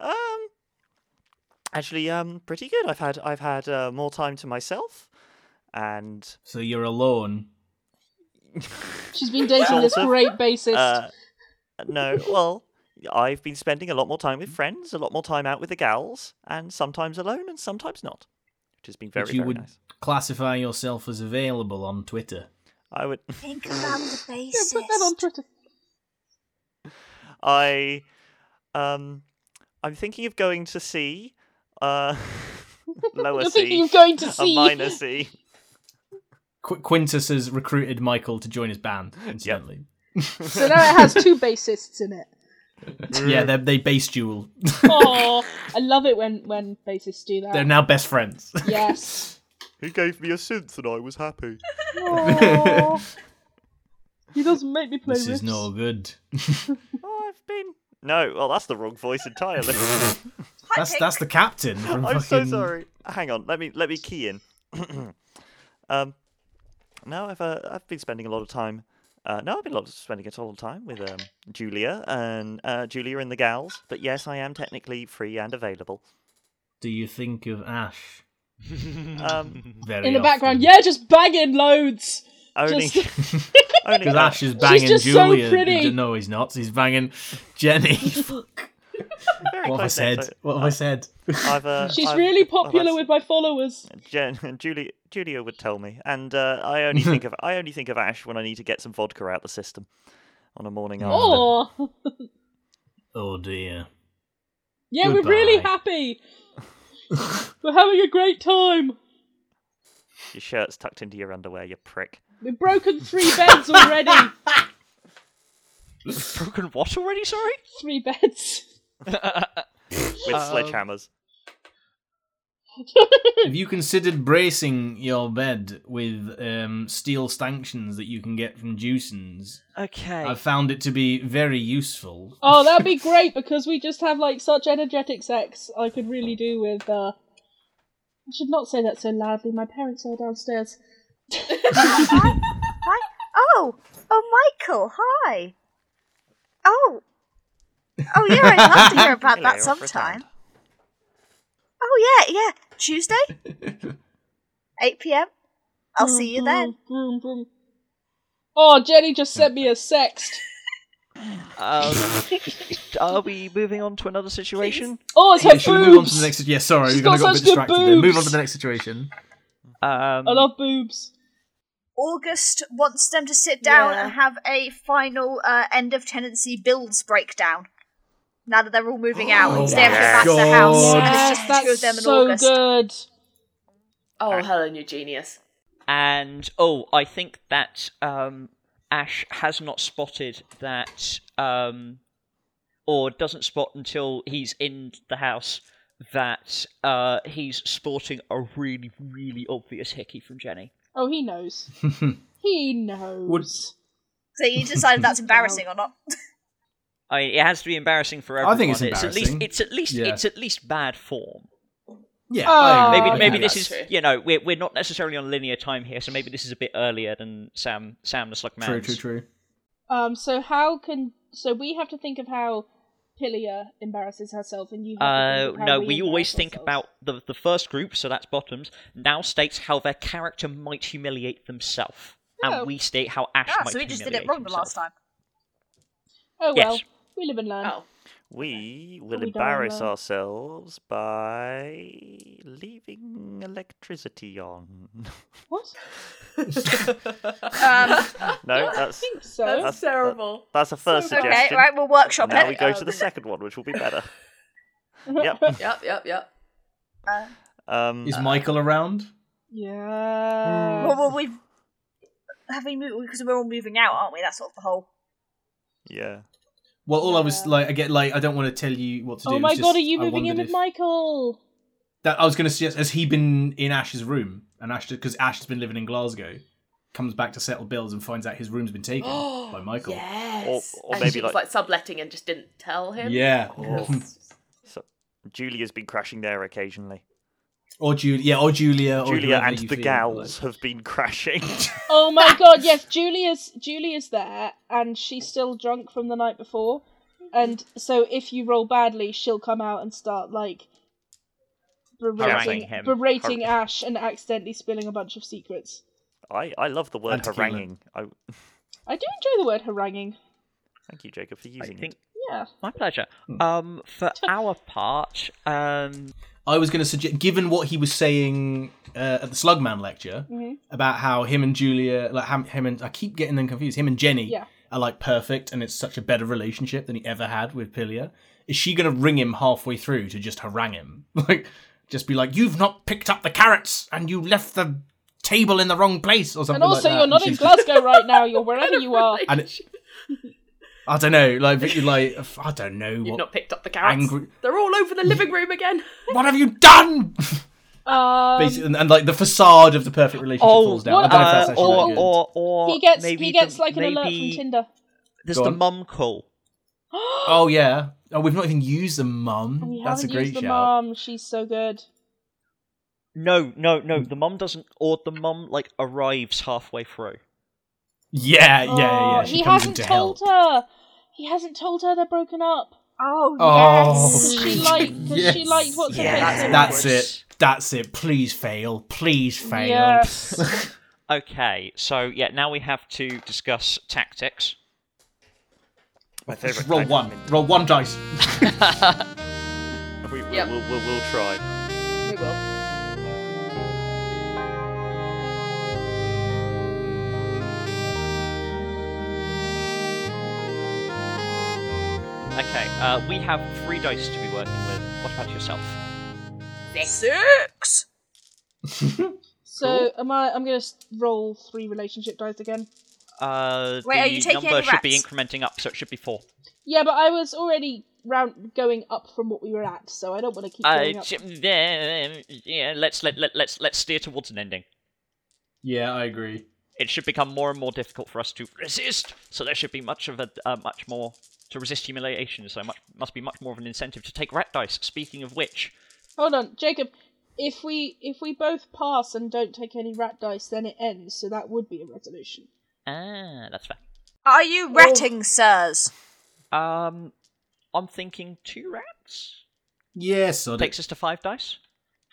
Um, actually, um, pretty good. I've had I've had uh, more time to myself, and
So you're alone.
She's been dating this
Sort of.
great bassist.
uh, no, well, I've been spending a lot more time with friends, a lot more time out with the gals, and sometimes alone, and sometimes not, which has been very
But you
very
would
nice.
classify yourself as available on Twitter.
I would
Think about the
yeah,
basis.
put that on Twitter.
I um I'm thinking of going to sea, uh, lower
You're
sea,
thinking of going to sea.
a minor sea.
Qu- Quintus has recruited Michael to join his band. Incidentally,
So now it has two bassists in it.
yeah, they they base duel.
Oh, I love it when when bassists do that.
They're now best friends.
yes.
He gave me a synth and I was happy.
Aw. he doesn't make me play
this is
riffs.
no good.
Oh, I've been. No, well, that's the wrong voice entirely.
That's that's the captain. From
I'm so
fucking-
sorry. Hang on, let me let me key in. um, now I've uh, I've been spending a lot of time. Uh, no, I've been a lot of spending a lot of time with um, Julia and uh, Julia and the gals. But yes, I am technically free and available.
Do you think of Ash?
Um,
Very
In the background,
often?
yeah, just banging loads.
only
Just-
only
Because Ash
that.
is banging
just so
Julia.
pretty.
No, he's not. He's banging Jenny. Fuck.
Very
what have I
close then,
said?
so
What have I said?
I've, uh,
She's
I've-
really
well,
popular
that's-
with my followers.
Jen, Julia, Julia would tell me, and uh, I only think of I only think of Ash when I need to get some vodka out the system on a morning after.
Oh,
Oh dear.
yeah, we're really
Goodbye.
happy. we're having a great time.
Your shirt's tucked into your underwear, you prick.
We've broken three beds already.
Broken what already, sorry?
three beds.
With
Uh,
Um,
sledgehammers.
Have you considered bracing your bed with um, steel stanchions that you can get from Juicens?
Okay.
I've found it to be very useful.
Oh, that'd be great because we just have like such energetic sex. I could really do with. uh I should not say that so loudly. My parents are downstairs.
Hi. Oh, oh, Michael, hi. Oh,
Oh yeah, I'd love to hear about
Hello,
that sometime. Oh yeah, yeah. Tuesday, eight p.m. I'll see you then.
Boom, boom. Oh, Jenny just sent me a sext.
Um, are we moving on to another situation?
Oh, it's her
Yeah, should we move on to
boobs.
the next? Yeah, sorry,
She's
we're gonna
got
got a bit
such good
distracted. There. Move on
boobs.
to the next situation.
Um,
I love boobs.
August wants them to sit down
Yeah.
and have a final uh, end of tenancy bills breakdown. Now that they're all moving out,
Oh
they have to go back
my
to the
God.
house.
Yes,
There's just the two
that's
of them in
so
August.
good.
Oh, Helen, you genius.
And oh, I think that um, Ash has not spotted that, um, or doesn't spot until he's in the house that uh, he's sporting a really, really obvious hickey from Jenny.
Oh, he knows. he knows.
So you decided that's embarrassing or not?
I mean, it has to be embarrassing for everyone.
I think it's embarrassing.
at least it's at least
Yeah.
it's at least bad form.
Yeah.
Oh.
Maybe
I
maybe
think
this
that's
is
true.
you know we're we're not necessarily on linear time here, so maybe this is a bit earlier than Sam Sam the Slugman.
true, true, true.
Um, so how can so we have to think of how Pilia embarrasses herself, and you have to
Uh,
think of how
no,
we,
we always
embarrass
think
ourselves.
about the the first group, so that's bottoms. Now states how their character might humiliate themselves,
Oh.
and we state how Ash
Ah,
might.
so we just did it
humiliate
wrong the last
himself.
time.
Oh well,
Yes.
we live and learn.
Oh,
We will
we don't
embarrass
know.
ourselves by leaving electricity on.
What?
no, that's
I think so.
that's terrible.
that's a first
Okay,
suggestion.
Okay, right, we'll workshop
now
it.
we go
Oh,
to the
Um,
second one, which will be better. yep.
Yep, yep, yep.
Mm.
Um,
Is Michael around? Hmm.
yeah.
Well, well, we have we moved because we're all moving out, aren't we? That's sort of the whole.
yeah.
Well, all I was
Yeah.
like, I get like, I don't want to tell you what to do.
Oh
it
my
was
god,
just-
are you
I
moving in
wondered
with
if-
Michael?
That I was going to suggest, has he been in Ash's room? And Ash, because Ash has been living in Glasgow, comes back to settle bills and finds out his room's been taken by Michael.
Yes.
or
and
maybe
she
like-
was like subletting and just didn't tell him.
Yeah.
So Julia's been crashing there occasionally.
Or Julia, yeah, or Julia, or
Julia
whoever
and
Oh, you
the
feel
gals
like.
have been crashing.
Oh my god, yes, Julia's Julia's there, and she's still drunk from the night before, and so if you roll badly, she'll come out and start like
Haranguing
berating,
him.
berating
Har-
Ash and accidentally spilling a bunch of secrets.
I, I love the word
And tequila.
haranguing. I,
I do enjoy the word haranguing.
thank you, Jacob, for
I
using
think
it.
Yeah.
my pleasure. Um, for our part, um,
Hmm. I was going to suggest, given what he was saying uh, at the Slugman lecture about how him and Julia, like him, him and I keep getting them confused. Him and Jenny
Yeah.
are like perfect, and it's such a better relationship than he ever had with Pilia. Is she going to ring him halfway through to just harangue him, like just be like, "You've not picked up the carrots, and you left the table in the wrong place," or something.
And also,
like that.
you're not in
she's-
Glasgow right now. You're wherever you are.
And it, I don't know, like, but you're like, I don't know
You've
what.
not picked up the carrots.
angry-
They're all over the living room again.
what have you done?
Um,
Basically, and, and, like the facade of the perfect relationship
oh,
falls down. I
what
don't know if
about-
that's
uh,
actually
or,
that good.
or or
he gets
maybe
he gets
the,
like an
maybe
alert from Tinder.
There's
Go
the
on.
mum call.
Oh yeah. Oh, we've not even used the mum.
We
That's a
haven't
great
used the
shout.
mom. She's so good.
No, no, no.
Hmm.
The mum doesn't, or the mum like arrives halfway through.
Yeah, yeah, yeah.
Oh,
She
he
comes
hasn't
in to
told
help.
her. He hasn't told her they're broken up.
Oh,
Oh.
yes.
She liked because she
Yes.
liked what's
Yeah,
her face.
that's-
so
that's-
much.
That's it. That's it. Please fail. Please fail.
Yes.
Okay, so yeah, now we have to discuss tactics.
My favourite
Roll
kind of
one.
mint.
Roll one dice.
We, we,
Yep.
will we'll, we'll try.
We will.
Okay, uh, we have three dice to be working with. What about yourself?
Six.
So am I? I'm gonna s- roll three relationship dice again.
Uh,
Wait,
the
are you taking
number
any
should be
rats?
incrementing up, so it should be four.
Yeah, but I was already round going up from what we were at, so I don't want to keep
Uh,
going up.
j- yeah, yeah, let's let, let let's let's steer towards an ending.
Yeah, I agree.
It should become more and more difficult for us to resist. So there should be much of a uh, much more to resist humiliation. So much must be much more of an incentive to take rat dice. Speaking of which,
Hold on, Jacob. If we if we both pass and don't take any rat dice, then it ends. So that would be a resolution.
ah, that's fair.
Oh. Are you ratting, sirs?
Um, I'm thinking two rats.
Yeah, sod it.
Takes us to five dice.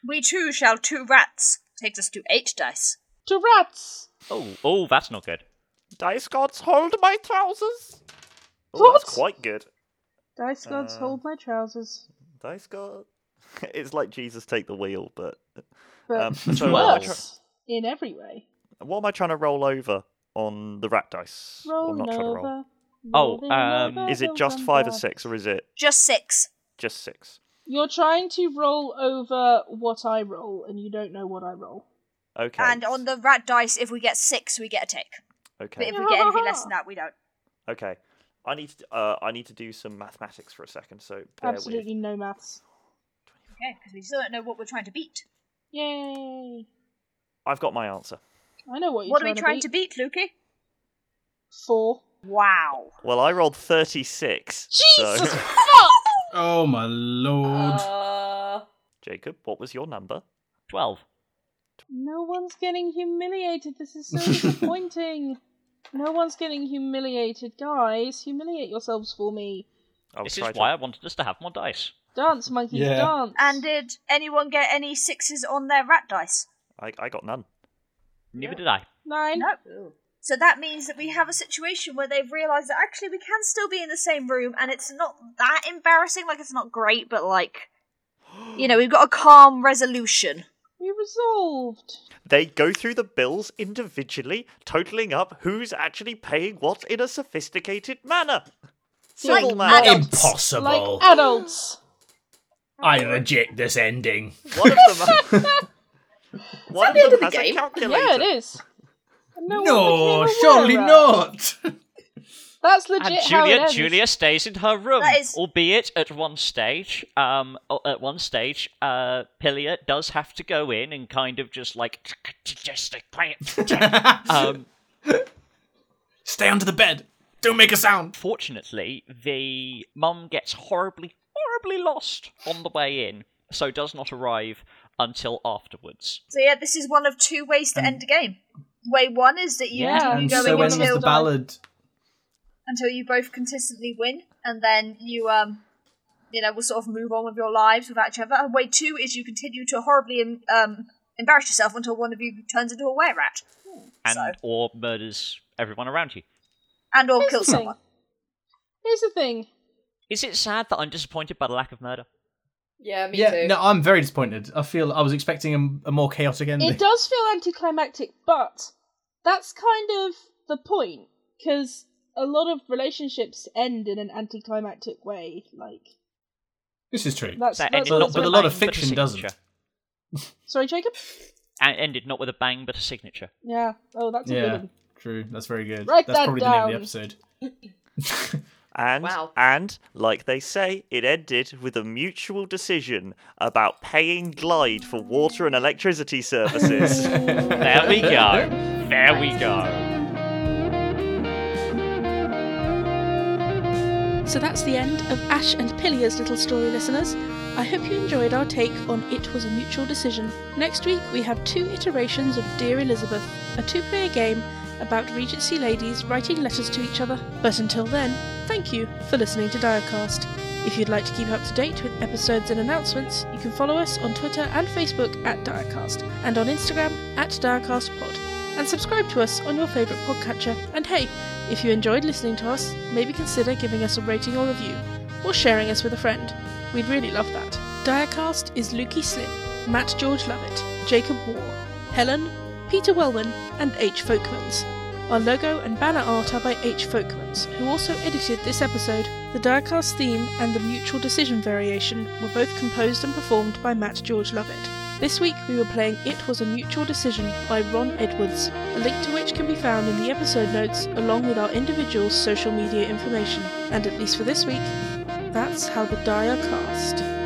We too shall two rats. Takes us to eight dice.
To rats!
Oh, oh, that's not good.
Dice gods, hold my trousers. Oh,
What?
that's quite good.
Dice gods,
Uh.
hold my trousers.
Dice god. it's like Jesus take the wheel, but
But
Um,
it
so
what am I
works in every way.
what am I trying to roll over on the rat dice? Or
Roll
not trying to roll.
over.
Oh,
rolling
um,
over,
Is it
don't
just
come
five or
back.
six, or is it
Just six.
just six?
You're trying to roll over what I roll, and you don't know what I roll.
Okay.
And on the rat dice, if we get six, we get a take. But
okay,
if we get anything less than that, we don't.
okay. I need to, uh, I need to do some mathematics for a second, so bear
Absolutely no maths.
Okay, because we still don't know what we're trying to beat.
Yay!
with. I've got my answer.
I know what you're
what are
trying
we trying to
be.
beat, Lukey?
Four.
Wow.
Well, I rolled thirty-six.
Jesus
So,
fuck!
Oh my lord.
Uh,
Jacob, what was your number?
Twelve.
No one's getting humiliated. This is so disappointing. No one's getting humiliated, guys. Humiliate yourselves for me.
I
This is
try
why I wanted us to have more dice.
Dance, monkeys,
Yeah.
dance.
And did anyone get any sixes on their rat dice?
I, I got none.
Neither did I.
nine.
No. So that means that we have a situation where they've realised that actually we can still be in the same room and it's not that embarrassing. Like, it's not great, but like, you know, we've got a calm resolution.
We resolved.
They go through the bills individually, totaling up who's actually paying what in a sophisticated manner.
Like
Civil
adults.
um,
man.
Impossible.
Like uh, adults.
I reject this ending.
One of them. One of
the end
them
of the
has a
game.
calculator.
Yeah, it is. And no, one
No,
became aware
surely
of.
not.
That's legit
And
how it
Julia,
ends.
Julia stays in her room,
That is-
albeit at one stage. Um, o- at one stage, uh, Pilia does have to go in and kind of just like just like, quiet. um,
Stay under the bed. Don't make a sound.
fortunately, the mum gets horribly, horribly lost on the way in, so does not arrive until afterwards.
So yeah, this is one of two ways to end a game. Way one is that you
Yeah.
continue
And
going
so ends
until
the ballad.
until you both consistently win, and then you um, you know, will sort of move on with your lives without each other. And way two is you continue to horribly em- um embarrass yourself until one of you turns into a were rat
And
So-
or murders everyone around you.
and or
Here's
kill
the thing.
someone.
Here's the thing.
Is it sad that I'm disappointed by the lack of murder?
yeah, me
yeah,
too.
no, I'm very disappointed. I feel I was expecting a, a more chaotic ending.
It does feel anticlimactic, but that's kind of the point because a lot of relationships end in an anticlimactic way. Like
This is true.
that's,
So it
that's
ended
what
but,
not
it's
but a
about.
lot of
But a
fiction
signature.
doesn't.
Sorry, Jacob.
And ended not with a bang, but a signature.
Yeah. Oh, that's a
Yeah,
good one.
true. That's very good.
Write
That's
that
probably the name
down.
of the episode.
And
Wow.
and like they say, it ended with a mutual decision about paying Glide for water and electricity services.
There we go. There we go.
So that's the end of Ash and Pilia's little story, listeners. I hope you enjoyed our take on It Was a Mutual Decision. Next week, we have two iterations of Dear Elizabeth, a two player game about Regency ladies writing letters to each other. But until then, thank you for listening to Diocast. If you'd like to keep up to date with episodes and announcements, you can follow us on Twitter and Facebook at Diocast, and on Instagram at DiocastPod. And subscribe to us on your favourite podcatcher. And hey, if you enjoyed listening to us, maybe consider giving us a rating or review, or sharing us with a friend. We'd really love that. Diacast is Lukey Slim, Matt George Lovett, Jacob War, Helen, Peter Wellman, and H. Folkmans. Our logo and banner art are by H. Folkmans, who also edited this episode. The Diacast theme and the Mutual Decision variation were both composed and performed by Matt George Lovett. This week we were playing It Was a Mutual Decision by Ron Edwards, a link to which can be found in the episode notes along with our individual social media information. And at least for this week, that's how the die are cast.